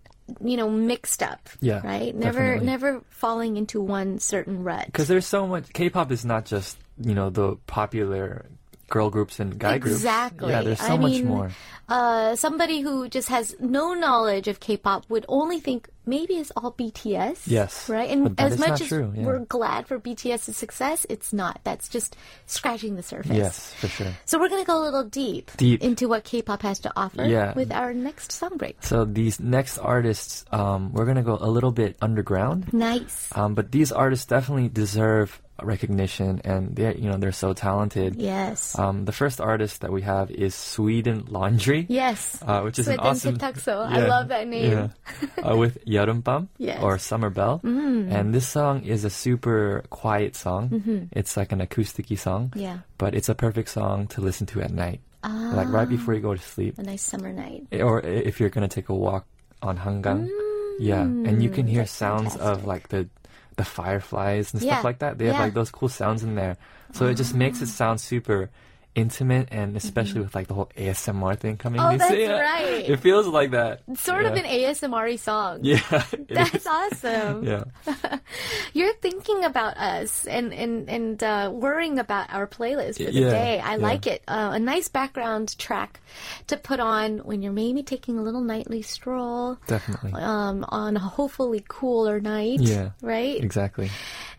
[SPEAKER 2] You know, mixed up.
[SPEAKER 4] Yeah,
[SPEAKER 2] Right? Never,
[SPEAKER 4] definitely.
[SPEAKER 2] never falling into one certain rut.
[SPEAKER 4] Because there's so much. K-pop is not just you know the popular girl groups and guy groups.
[SPEAKER 2] Exactly.
[SPEAKER 4] Yeah, there's so
[SPEAKER 2] I
[SPEAKER 4] much
[SPEAKER 2] mean,
[SPEAKER 4] more.
[SPEAKER 2] Uh, somebody who just has no knowledge of K-pop would only think maybe it's all BTS.
[SPEAKER 4] Yes.
[SPEAKER 2] Right.
[SPEAKER 4] But
[SPEAKER 2] And
[SPEAKER 4] that
[SPEAKER 2] as
[SPEAKER 4] is
[SPEAKER 2] much
[SPEAKER 4] not
[SPEAKER 2] as
[SPEAKER 4] true, yeah.
[SPEAKER 2] we're glad for BTS's success, it's not. That's just scratching the surface.
[SPEAKER 4] Yes, for sure.
[SPEAKER 2] So we're gonna go a little deep,
[SPEAKER 4] Deep.
[SPEAKER 2] into what K-pop has to offer
[SPEAKER 4] Yeah.
[SPEAKER 2] with our next song break.
[SPEAKER 4] So these next artists, um, we're gonna go a little bit underground.
[SPEAKER 2] Nice.
[SPEAKER 4] Um, but these artists definitely deserve recognition, and they, you know, they're so talented.
[SPEAKER 2] Yes.
[SPEAKER 4] Um, the first artist that we have is Sweden Laundry.
[SPEAKER 2] yes.
[SPEAKER 4] Uh, which is
[SPEAKER 2] Sweden
[SPEAKER 4] an awesome.
[SPEAKER 2] Setakso. I love that name.
[SPEAKER 4] yeah. uh,
[SPEAKER 2] [laughs]
[SPEAKER 4] with Yerumpam
[SPEAKER 2] Yes. Mm.
[SPEAKER 4] or Summer Bell. And this song is a super quiet song. It's like an acousticy song.
[SPEAKER 2] Mm-hmm. Yeah. Ah.
[SPEAKER 4] But it's a perfect song to listen to at night. Like right before you go to sleep.
[SPEAKER 2] A nice summer night.
[SPEAKER 4] Or i- if you're going to take a walk on Hangang. Yeah. And you can hear sounds of
[SPEAKER 2] Mm. fantastic.
[SPEAKER 4] like the the fireflies and
[SPEAKER 2] Yeah.
[SPEAKER 4] stuff like that. They have
[SPEAKER 2] Yeah. Ah.
[SPEAKER 4] like those cool sounds in there. So it just makes it sound super intimate and especially with like the whole ASMR thing coming
[SPEAKER 2] Mm-hmm. Oh,
[SPEAKER 4] [laughs] you
[SPEAKER 2] that's
[SPEAKER 4] see it.
[SPEAKER 2] right.
[SPEAKER 4] It feels like that.
[SPEAKER 2] Sort of
[SPEAKER 4] Yeah.
[SPEAKER 2] an ASMR song.
[SPEAKER 4] [laughs] Yeah.
[SPEAKER 2] [laughs]
[SPEAKER 4] it
[SPEAKER 2] That's
[SPEAKER 4] is.
[SPEAKER 2] awesome.
[SPEAKER 4] Yeah.
[SPEAKER 2] You're thinking about us and and and uh, worrying about our playlist for the
[SPEAKER 4] Yeah,
[SPEAKER 2] day. I
[SPEAKER 4] yeah.
[SPEAKER 2] like it. Uh, a nice background track to put on when you're maybe taking a little nightly stroll.
[SPEAKER 4] Definitely.
[SPEAKER 2] Um, on a hopefully cooler night.
[SPEAKER 4] Yeah.
[SPEAKER 2] Right?
[SPEAKER 4] [laughs] Exactly.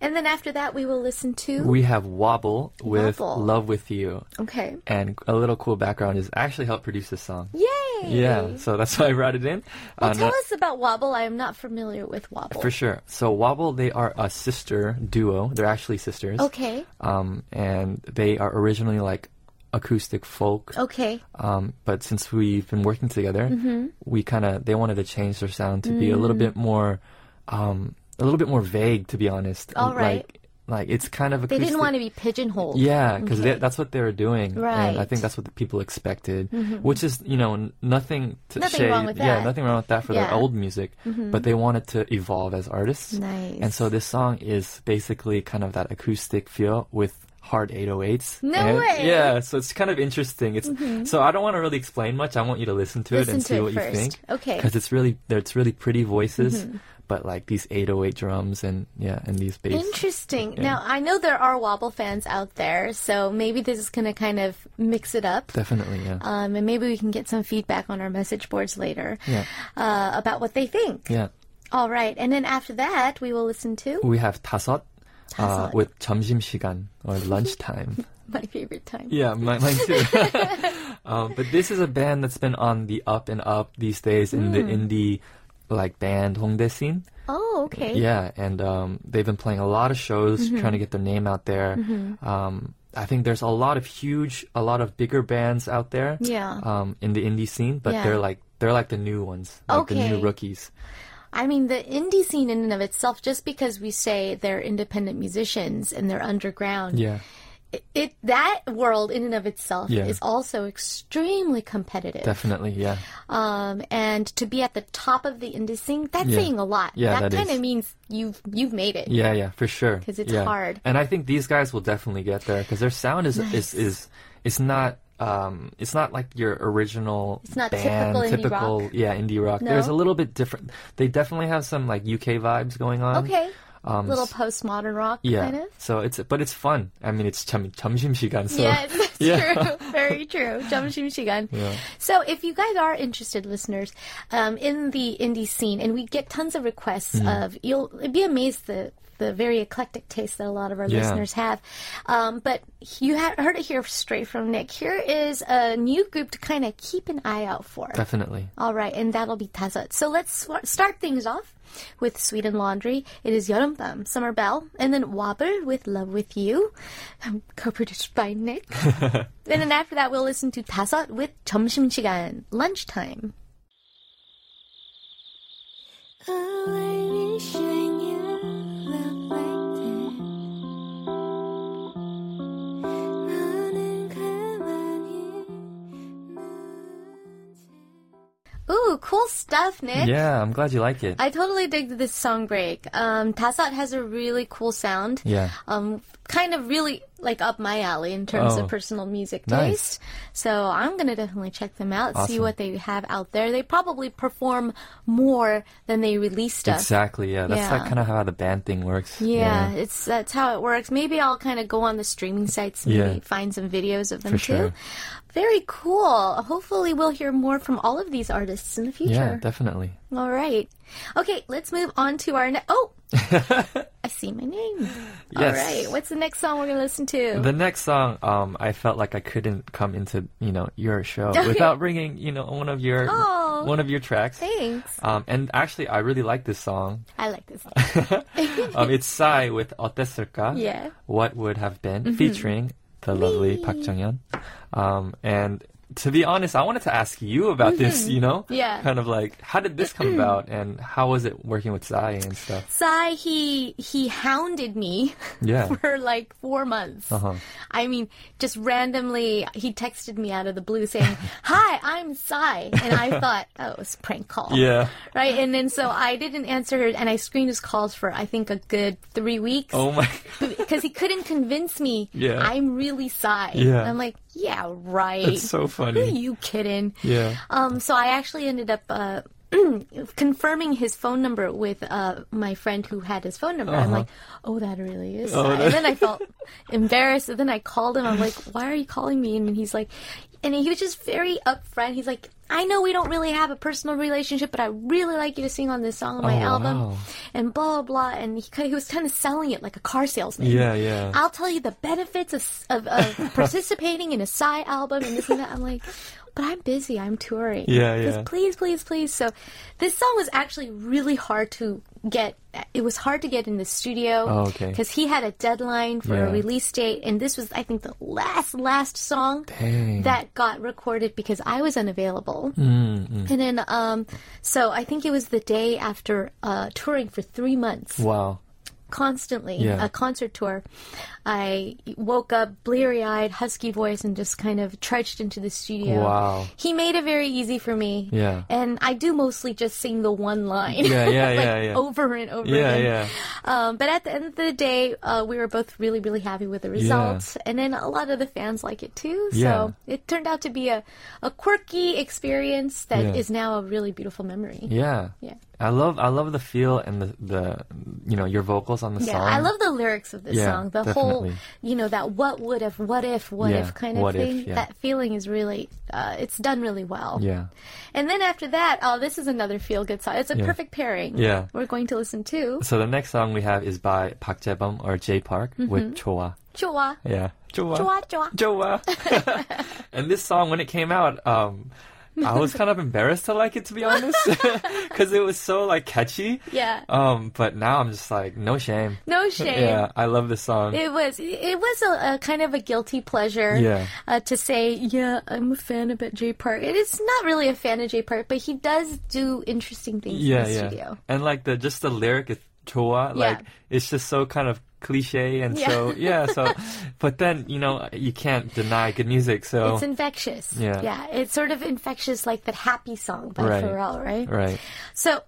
[SPEAKER 2] And then after that, we will listen to.
[SPEAKER 4] We have Wobble with
[SPEAKER 2] Wobble.
[SPEAKER 4] Love With You.
[SPEAKER 2] okay.
[SPEAKER 4] And a little cool background is I actually helped produce this song.
[SPEAKER 2] Yay!
[SPEAKER 4] Yeah. So that's [laughs] why I brought it in.
[SPEAKER 2] Well,
[SPEAKER 4] Uh,
[SPEAKER 2] tell
[SPEAKER 4] no-
[SPEAKER 2] us about Wobble. I am not familiar with Wobble.
[SPEAKER 4] For sure. So Wobble, they are a sister duo. They're actually sisters.
[SPEAKER 2] Okay.
[SPEAKER 4] Um, and they are originally like acoustic folk.
[SPEAKER 2] Okay.
[SPEAKER 4] Um, but since we've been working together,
[SPEAKER 2] Mm-hmm.
[SPEAKER 4] we kind of they wanted to change their sound to be a
[SPEAKER 2] Mm.
[SPEAKER 4] little bit more, um, a little bit more vague, to be honest.
[SPEAKER 2] All right.
[SPEAKER 4] Like, like it's kind of
[SPEAKER 2] They
[SPEAKER 4] acoustic.
[SPEAKER 2] didn't want to be pigeonholed.
[SPEAKER 4] Yeah, because that's what they were doing, and I
[SPEAKER 2] Right. Mm-hmm.
[SPEAKER 4] think that's what the people expected, which is you know n- nothing to
[SPEAKER 2] Nothing
[SPEAKER 4] shade.
[SPEAKER 2] wrong with that.
[SPEAKER 4] Yeah, nothing wrong with that for their
[SPEAKER 2] Yeah. Mm-hmm.
[SPEAKER 4] old music, but they wanted to evolve as artists.
[SPEAKER 2] Nice.
[SPEAKER 4] And so this song is basically kind of that acoustic feel with hard 808s.
[SPEAKER 2] No
[SPEAKER 4] and,
[SPEAKER 2] way! Mm-hmm.
[SPEAKER 4] Yeah, so it's kind of interesting. It's so I don't want to really explain much. I want you to listen to it
[SPEAKER 2] Listen
[SPEAKER 4] and
[SPEAKER 2] to
[SPEAKER 4] see
[SPEAKER 2] it
[SPEAKER 4] what
[SPEAKER 2] first.
[SPEAKER 4] you think.
[SPEAKER 2] Okay. Mm-hmm.
[SPEAKER 4] Because it's really it's really pretty voices, but like these 808 drums and yeah, and these bass.
[SPEAKER 2] Interesting. Now, I know there are Wobble fans out there, so maybe this is going to kind of mix it up.
[SPEAKER 4] Definitely, yeah.
[SPEAKER 2] Um, and maybe we can get some feedback on our message boards later
[SPEAKER 4] Yeah.
[SPEAKER 2] uh, about what they think.
[SPEAKER 4] yeah.
[SPEAKER 2] All right. And then after that, we will listen to [laughs]
[SPEAKER 4] we have 다섯, uh,
[SPEAKER 2] 다섯.
[SPEAKER 4] with 점심시간 or lunchtime.
[SPEAKER 2] my favorite time.
[SPEAKER 4] yeah, mine, mine
[SPEAKER 2] [laughs]
[SPEAKER 4] too. [laughs] um, but this is a band that's been on the up and up these days in
[SPEAKER 2] Hmm.
[SPEAKER 4] the indie like band Hongdae scene.
[SPEAKER 2] Oh, okay.
[SPEAKER 4] Yeah, and um, they've been playing a lot of shows,
[SPEAKER 2] Mm-hmm.
[SPEAKER 4] trying to get their name out there. Um, I think there's a lot of huge, a lot of bigger bands out there.
[SPEAKER 2] Yeah.
[SPEAKER 4] Um, in the indie scene, but
[SPEAKER 2] Yeah.
[SPEAKER 4] they're like They're like the new ones, like the new
[SPEAKER 2] Okay.
[SPEAKER 4] rookies.
[SPEAKER 2] I mean, the indie scene in and of itself, just because we say they're independent musicians and they're underground,
[SPEAKER 4] Yeah,
[SPEAKER 2] it, it that world in and of itself
[SPEAKER 4] Yeah.
[SPEAKER 2] is also extremely competitive.
[SPEAKER 4] definitely. Yeah,
[SPEAKER 2] Um, and to be at the top of the indie scene, that's
[SPEAKER 4] Yeah.
[SPEAKER 2] saying a lot.
[SPEAKER 4] Yeah,
[SPEAKER 2] that,
[SPEAKER 4] that
[SPEAKER 2] kind of
[SPEAKER 4] is.
[SPEAKER 2] means you've you've made it.
[SPEAKER 4] yeah, yeah, for sure.
[SPEAKER 2] 'Cause it's
[SPEAKER 4] Yeah.
[SPEAKER 2] hard.
[SPEAKER 4] And I think these guys will definitely get there because their sound is is is it's not. Um, it's not like your original
[SPEAKER 2] It's not
[SPEAKER 4] band,
[SPEAKER 2] typical indie
[SPEAKER 4] typical
[SPEAKER 2] rock.
[SPEAKER 4] yeah indie rock.
[SPEAKER 2] No?
[SPEAKER 4] There's a little bit different. They definitely have some like UK vibes going on.
[SPEAKER 2] Okay.
[SPEAKER 4] um,
[SPEAKER 2] Little
[SPEAKER 4] s-
[SPEAKER 2] postmodern rock,
[SPEAKER 4] yeah.
[SPEAKER 2] kind of.
[SPEAKER 4] So it's but it's fun. I mean, it's 점 점심시간. So
[SPEAKER 2] Yes, that's
[SPEAKER 4] [laughs] Yeah.
[SPEAKER 2] true. Very true. Jamshimshigan. So, if you guys are interested, listeners, um, in the indie scene, and we get tons of requests
[SPEAKER 4] Mm-hmm.
[SPEAKER 2] of, you'll be amazed the the very eclectic taste that a lot of our
[SPEAKER 4] Yeah.
[SPEAKER 2] listeners have. Um, but you ha- heard it here straight from Nick. Here is a new group to kind of keep an eye out for.
[SPEAKER 4] definitely.
[SPEAKER 2] All right, and that'll be Tazat. So let's sw- start things off with Sweet and Laundry. It is Yeoreombam, Summer Bell, and then Wobble with Love With You, um, co-produced by
[SPEAKER 4] [laughs]
[SPEAKER 2] Nick. and then after that, we'll listen to Tazat with 점심시간, lunchtime.
[SPEAKER 3] Oh, I wish I knew love like that. 너는 가만히 난
[SPEAKER 2] Ooh, cool stuff, Nick.
[SPEAKER 4] Yeah, I'm glad you like it.
[SPEAKER 2] I totally dig this song break. Um, Tazat has a really cool sound.
[SPEAKER 4] yeah.
[SPEAKER 2] Um, kind of really like up my alley in terms
[SPEAKER 4] Oh.
[SPEAKER 2] of personal music
[SPEAKER 4] Nice.
[SPEAKER 2] taste. So I'm gonna definitely check them out, see
[SPEAKER 4] Awesome.
[SPEAKER 2] what they have out there. They probably perform more than they release stuff.
[SPEAKER 4] Exactly. Yeah, that's like
[SPEAKER 2] Yeah.
[SPEAKER 4] kind of how the band thing works.
[SPEAKER 2] Yeah, it's that's how it works. Maybe I'll kind of go on the streaming sites and
[SPEAKER 4] Yeah.
[SPEAKER 2] maybe find some videos of them
[SPEAKER 4] For
[SPEAKER 2] too.
[SPEAKER 4] sure.
[SPEAKER 2] Very cool. Hopefully, we'll hear more from all of these artists in the future.
[SPEAKER 4] Yeah, definitely.
[SPEAKER 2] all right. Okay, let's move on to our next.
[SPEAKER 4] [laughs]
[SPEAKER 2] Oh, I see my name.
[SPEAKER 4] Yes.
[SPEAKER 2] All right. What's the next song we're gonna listen to?
[SPEAKER 4] The next song, um, I felt like I couldn't come into you know your
[SPEAKER 2] [laughs]
[SPEAKER 4] show without bringing you know one of your
[SPEAKER 2] Oh.
[SPEAKER 4] one of your tracks.
[SPEAKER 2] Thanks.
[SPEAKER 4] Um, and actually, I really like this song.
[SPEAKER 2] I like this.
[SPEAKER 4] Um,
[SPEAKER 2] [laughs]
[SPEAKER 4] it's Psy with 어땠을까?
[SPEAKER 2] Yeah. Mm-hmm.
[SPEAKER 4] What would have been featuring the lovely Park Jung Um, and to be honest, I wanted to ask you about this. You know,
[SPEAKER 2] Mm-hmm. Yeah.
[SPEAKER 4] kind of like how did this come
[SPEAKER 2] [clears throat]
[SPEAKER 4] about, and how was it working with Psy and stuff?
[SPEAKER 2] [laughs] Sai, he he hounded me [laughs]
[SPEAKER 4] Yeah. Uh-huh.
[SPEAKER 2] for like four months. I mean, just randomly, he texted me out of the blue
[SPEAKER 4] [laughs]
[SPEAKER 2] saying, "Hi, I'm Sai," and I thought, [laughs] "Oh, it was a prank call."
[SPEAKER 4] Yeah.
[SPEAKER 2] Right, and then so I didn't answer, and I screened his calls for I think a good three weeks. [laughs]
[SPEAKER 4] Oh my. [laughs]
[SPEAKER 2] Because he couldn't convince me,
[SPEAKER 4] Yeah.
[SPEAKER 2] I'm really Sai.
[SPEAKER 4] Yeah.
[SPEAKER 2] I'm like, yeah, right.
[SPEAKER 4] That's so
[SPEAKER 2] Who are
[SPEAKER 4] funny.
[SPEAKER 2] [laughs] you kidding?
[SPEAKER 4] Yeah.
[SPEAKER 2] Um, so I actually ended up uh, [clears throat] confirming his phone number with uh, my friend who had his phone number.
[SPEAKER 4] Uh-huh.
[SPEAKER 2] I'm like, oh, that really is. Sai." And then I felt [laughs] embarrassed. And then I called him. I'm like, why are you calling me? And he's like, and he was just very upfront. He's like, I know we don't really have a personal relationship, but I really like you to sing on this song on my
[SPEAKER 4] Oh,
[SPEAKER 2] album,
[SPEAKER 4] wow.
[SPEAKER 2] and blah blah blah. And he, ki- he was kind of selling it like a car salesman.
[SPEAKER 4] Yeah, yeah.
[SPEAKER 2] I'll tell you the benefits of, of, of
[SPEAKER 4] [laughs]
[SPEAKER 2] participating in a Psy album and this and that. I'm like, but I'm busy. I'm touring.
[SPEAKER 4] Yeah,
[SPEAKER 2] Just
[SPEAKER 4] yeah.
[SPEAKER 2] Please, please, please. So this song was actually really hard to get. It was hard to get in the studio.
[SPEAKER 4] Oh, okay.
[SPEAKER 2] Because he had a deadline for a
[SPEAKER 4] Yeah.
[SPEAKER 2] release date. And this was, I think, the last, last song
[SPEAKER 4] Dang.
[SPEAKER 2] that got recorded because I was unavailable.
[SPEAKER 4] Mm-hmm.
[SPEAKER 2] And then, um, so I think it was the day after uh, touring for three months
[SPEAKER 4] Wow.
[SPEAKER 2] constantly
[SPEAKER 4] Yeah.
[SPEAKER 2] a concert tour. I woke up bleary eyed, husky voice, and just kind of trudged into the studio.
[SPEAKER 4] Wow.
[SPEAKER 2] He made it very easy for me.
[SPEAKER 4] Yeah.
[SPEAKER 2] And I do mostly just sing the one line.
[SPEAKER 4] Yeah,
[SPEAKER 2] [laughs]
[SPEAKER 4] yeah,
[SPEAKER 2] like,
[SPEAKER 4] yeah, yeah.
[SPEAKER 2] Over and over
[SPEAKER 4] Yeah,
[SPEAKER 2] again.
[SPEAKER 4] yeah.
[SPEAKER 2] Um, but at the end of the day, uh, we were both really, really happy with the results. And then a lot of the fans like it too. So
[SPEAKER 4] Yeah.
[SPEAKER 2] it turned out to be a, a quirky experience that is
[SPEAKER 4] Yeah.
[SPEAKER 2] now a really beautiful memory.
[SPEAKER 4] Yeah.
[SPEAKER 2] Yeah.
[SPEAKER 4] I love I love the feel and the, the you know your vocals on the
[SPEAKER 2] Yeah,
[SPEAKER 4] song.
[SPEAKER 2] I love the lyrics of this
[SPEAKER 4] Yeah,
[SPEAKER 2] song. The whole,
[SPEAKER 4] definitely.
[SPEAKER 2] you know, that what would if, what if, what
[SPEAKER 4] Yeah,
[SPEAKER 2] if kind of
[SPEAKER 4] what if,
[SPEAKER 2] thing.
[SPEAKER 4] yeah.
[SPEAKER 2] That feeling is really, uh, it's done really well.
[SPEAKER 4] Yeah.
[SPEAKER 2] And then after that, oh, this is another feel good song. It's a
[SPEAKER 4] Yeah.
[SPEAKER 2] perfect pairing.
[SPEAKER 4] Yeah.
[SPEAKER 2] We're going to listen to
[SPEAKER 4] So the next song we have is by Park Jae-bum or J Park
[SPEAKER 2] Mm-hmm.
[SPEAKER 4] with Choa.
[SPEAKER 2] Chua.
[SPEAKER 4] Yeah. Choa.
[SPEAKER 2] Chua, chua. [laughs]
[SPEAKER 4] [laughs] Choa. and this song when it came out um I was kind of embarrassed to like it to
[SPEAKER 2] [laughs]
[SPEAKER 4] be honest, because it was so like catchy.
[SPEAKER 2] Yeah.
[SPEAKER 4] Um, but now I'm just like, no shame.
[SPEAKER 2] No shame.
[SPEAKER 4] Uh, Yeah, I love this song.
[SPEAKER 2] It was it was a, a kind of a guilty pleasure
[SPEAKER 4] Yeah.
[SPEAKER 2] uh, to say yeah I'm a fan of J Park. And it's not really a fan of J Park, but he does do interesting things
[SPEAKER 4] yeah,
[SPEAKER 2] in the
[SPEAKER 4] yeah.
[SPEAKER 2] studio.
[SPEAKER 4] And like the just the lyric is Choa, like it's just so kind of cliche and
[SPEAKER 2] Yeah. [laughs]
[SPEAKER 4] so yeah. So, but then you know you can't deny good music. So
[SPEAKER 2] It's infectious.
[SPEAKER 4] Yeah.
[SPEAKER 2] yeah, it's sort of infectious, like that happy song by
[SPEAKER 4] Right.
[SPEAKER 2] Pharrell, right?
[SPEAKER 4] right.
[SPEAKER 2] So,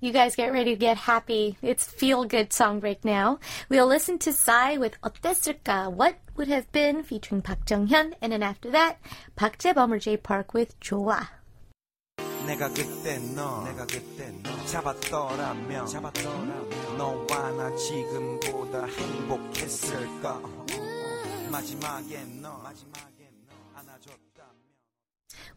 [SPEAKER 2] you guys get ready to get happy. It's feel good song break now. We'll listen to Psy with 어땠을까? What would have been featuring Park Jung Hyun, and then after that, Park Jaebom or J Park with 좋아.
[SPEAKER 6] 내가 그때 너 내가 그때 너 잡았더라면 잡았더라면 너와 나 지금보다 행복했을까 마지막에 너 마지막에 너 안아줬다면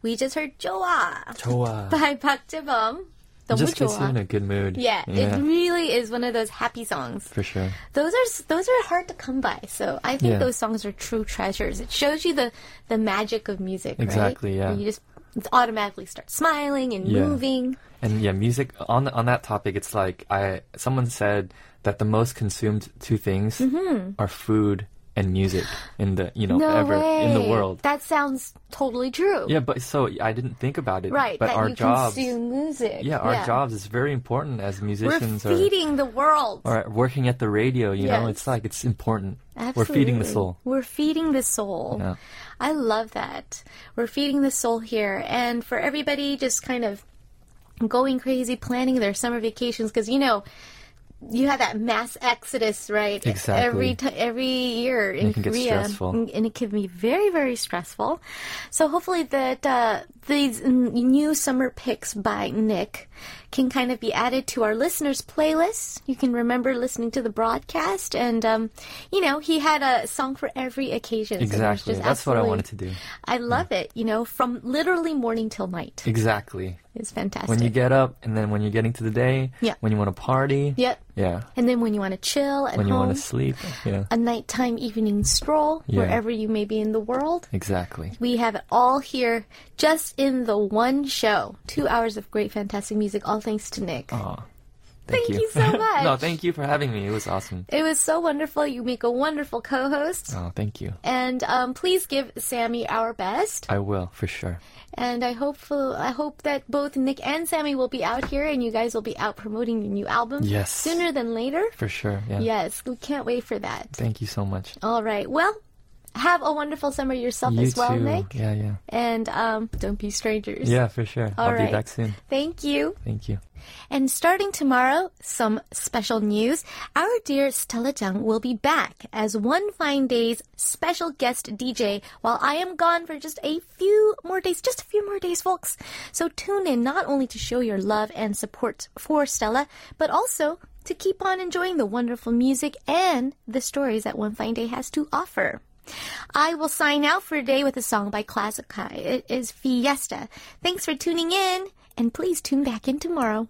[SPEAKER 2] We just heard 좋아
[SPEAKER 4] Choa
[SPEAKER 2] by Park Jaebom. 너무
[SPEAKER 4] just gets you in
[SPEAKER 2] 좋아.
[SPEAKER 4] a good mood.
[SPEAKER 2] Yeah,
[SPEAKER 4] yeah,
[SPEAKER 2] it really is one of those happy songs.
[SPEAKER 4] for sure.
[SPEAKER 2] Those are those are hard to come by. So I think
[SPEAKER 4] Yeah.
[SPEAKER 2] those songs are true treasures. It shows you the the magic of music. right?
[SPEAKER 4] Exactly,
[SPEAKER 2] Where
[SPEAKER 4] yeah.
[SPEAKER 2] You just automatically start smiling and
[SPEAKER 4] Yeah.
[SPEAKER 2] moving.
[SPEAKER 4] And yeah, music on on that topic, it's like I someone said that the most consumed two things are food and music in the you know
[SPEAKER 2] Mm-hmm. No
[SPEAKER 4] ever
[SPEAKER 2] way.
[SPEAKER 4] in the world.
[SPEAKER 2] That sounds totally true.
[SPEAKER 4] yeah, but so I didn't think about it.
[SPEAKER 2] Right.
[SPEAKER 4] but
[SPEAKER 2] that
[SPEAKER 4] our
[SPEAKER 2] you
[SPEAKER 4] jobs,
[SPEAKER 2] consume music.
[SPEAKER 4] yeah, our jobs is very important as
[SPEAKER 2] We're
[SPEAKER 4] musicians or,
[SPEAKER 2] feeding the world.
[SPEAKER 4] or working at the radio. You know,
[SPEAKER 2] Yes.
[SPEAKER 4] it's like it's important.
[SPEAKER 2] Absolutely.
[SPEAKER 4] We're feeding the soul.
[SPEAKER 2] We're feeding the soul.
[SPEAKER 4] Yeah.
[SPEAKER 2] I love that. We're feeding the soul here. And for everybody just kind of going crazy planning their summer vacations because you know you have that mass exodus right
[SPEAKER 4] Exactly.
[SPEAKER 2] every t- every year in
[SPEAKER 4] it can get
[SPEAKER 2] korea
[SPEAKER 4] stressful.
[SPEAKER 2] and and it can be very very stressful so hopefully that uh, these n- new summer picks by nick can kind of be added to our listeners playlist you can remember listening to the broadcast and um, you know he had a song for every occasion so it was
[SPEAKER 4] Exactly.
[SPEAKER 2] just
[SPEAKER 4] That's what I
[SPEAKER 2] absolutely-
[SPEAKER 4] wanted to do.
[SPEAKER 2] i love it you know from literally morning till night
[SPEAKER 4] Exactly.
[SPEAKER 2] it's fantastic
[SPEAKER 4] When you get up, and then when you're getting to the day,
[SPEAKER 2] Yeah.
[SPEAKER 4] when you want to party,
[SPEAKER 2] Yep.
[SPEAKER 4] yeah,
[SPEAKER 2] And then when you want to chill at
[SPEAKER 4] when you
[SPEAKER 2] home,
[SPEAKER 4] want to sleep, yeah,
[SPEAKER 2] a nighttime evening stroll,
[SPEAKER 4] Yeah.
[SPEAKER 2] wherever you may be in the world.
[SPEAKER 4] exactly.
[SPEAKER 2] We have it all here just in the one show. Two hours of great, fantastic music, all thanks to Nick.
[SPEAKER 4] Aw,
[SPEAKER 2] Thank you so much.
[SPEAKER 4] [laughs] no, thank you for having me. It was awesome.
[SPEAKER 2] It was so wonderful. You make a wonderful co host.
[SPEAKER 4] Oh, thank you.
[SPEAKER 2] And um, please give Sammy our best.
[SPEAKER 4] I will for sure.
[SPEAKER 2] And I hope I hope that both Nick and Sammy will be out here, and you guys will be out promoting your new album
[SPEAKER 4] Yes.
[SPEAKER 2] sooner than later.
[SPEAKER 4] For sure. Yeah.
[SPEAKER 2] Yes, we can't wait for that.
[SPEAKER 4] Thank you so much.
[SPEAKER 2] All right. Well, have a wonderful summer yourself
[SPEAKER 4] you
[SPEAKER 2] as well,
[SPEAKER 4] too.
[SPEAKER 2] Nick.
[SPEAKER 4] Yeah, yeah.
[SPEAKER 2] And um, don't be strangers.
[SPEAKER 4] Yeah, for sure.
[SPEAKER 2] All
[SPEAKER 4] I'll
[SPEAKER 2] right.
[SPEAKER 4] be back soon.
[SPEAKER 2] Thank you.
[SPEAKER 4] Thank you.
[SPEAKER 2] And starting tomorrow, some special news. Our dear Stella Jung will be back as One Fine Day's special guest DJ while I am gone for just a few more days, just a few more days, folks. So tune in not only to show your love and support for Stella, but also to keep on enjoying the wonderful music and the stories that One Fine Day has to offer. I will sign out for today with a song by Classic High. It is Fiesta. Thanks for tuning in, and please tune back in tomorrow.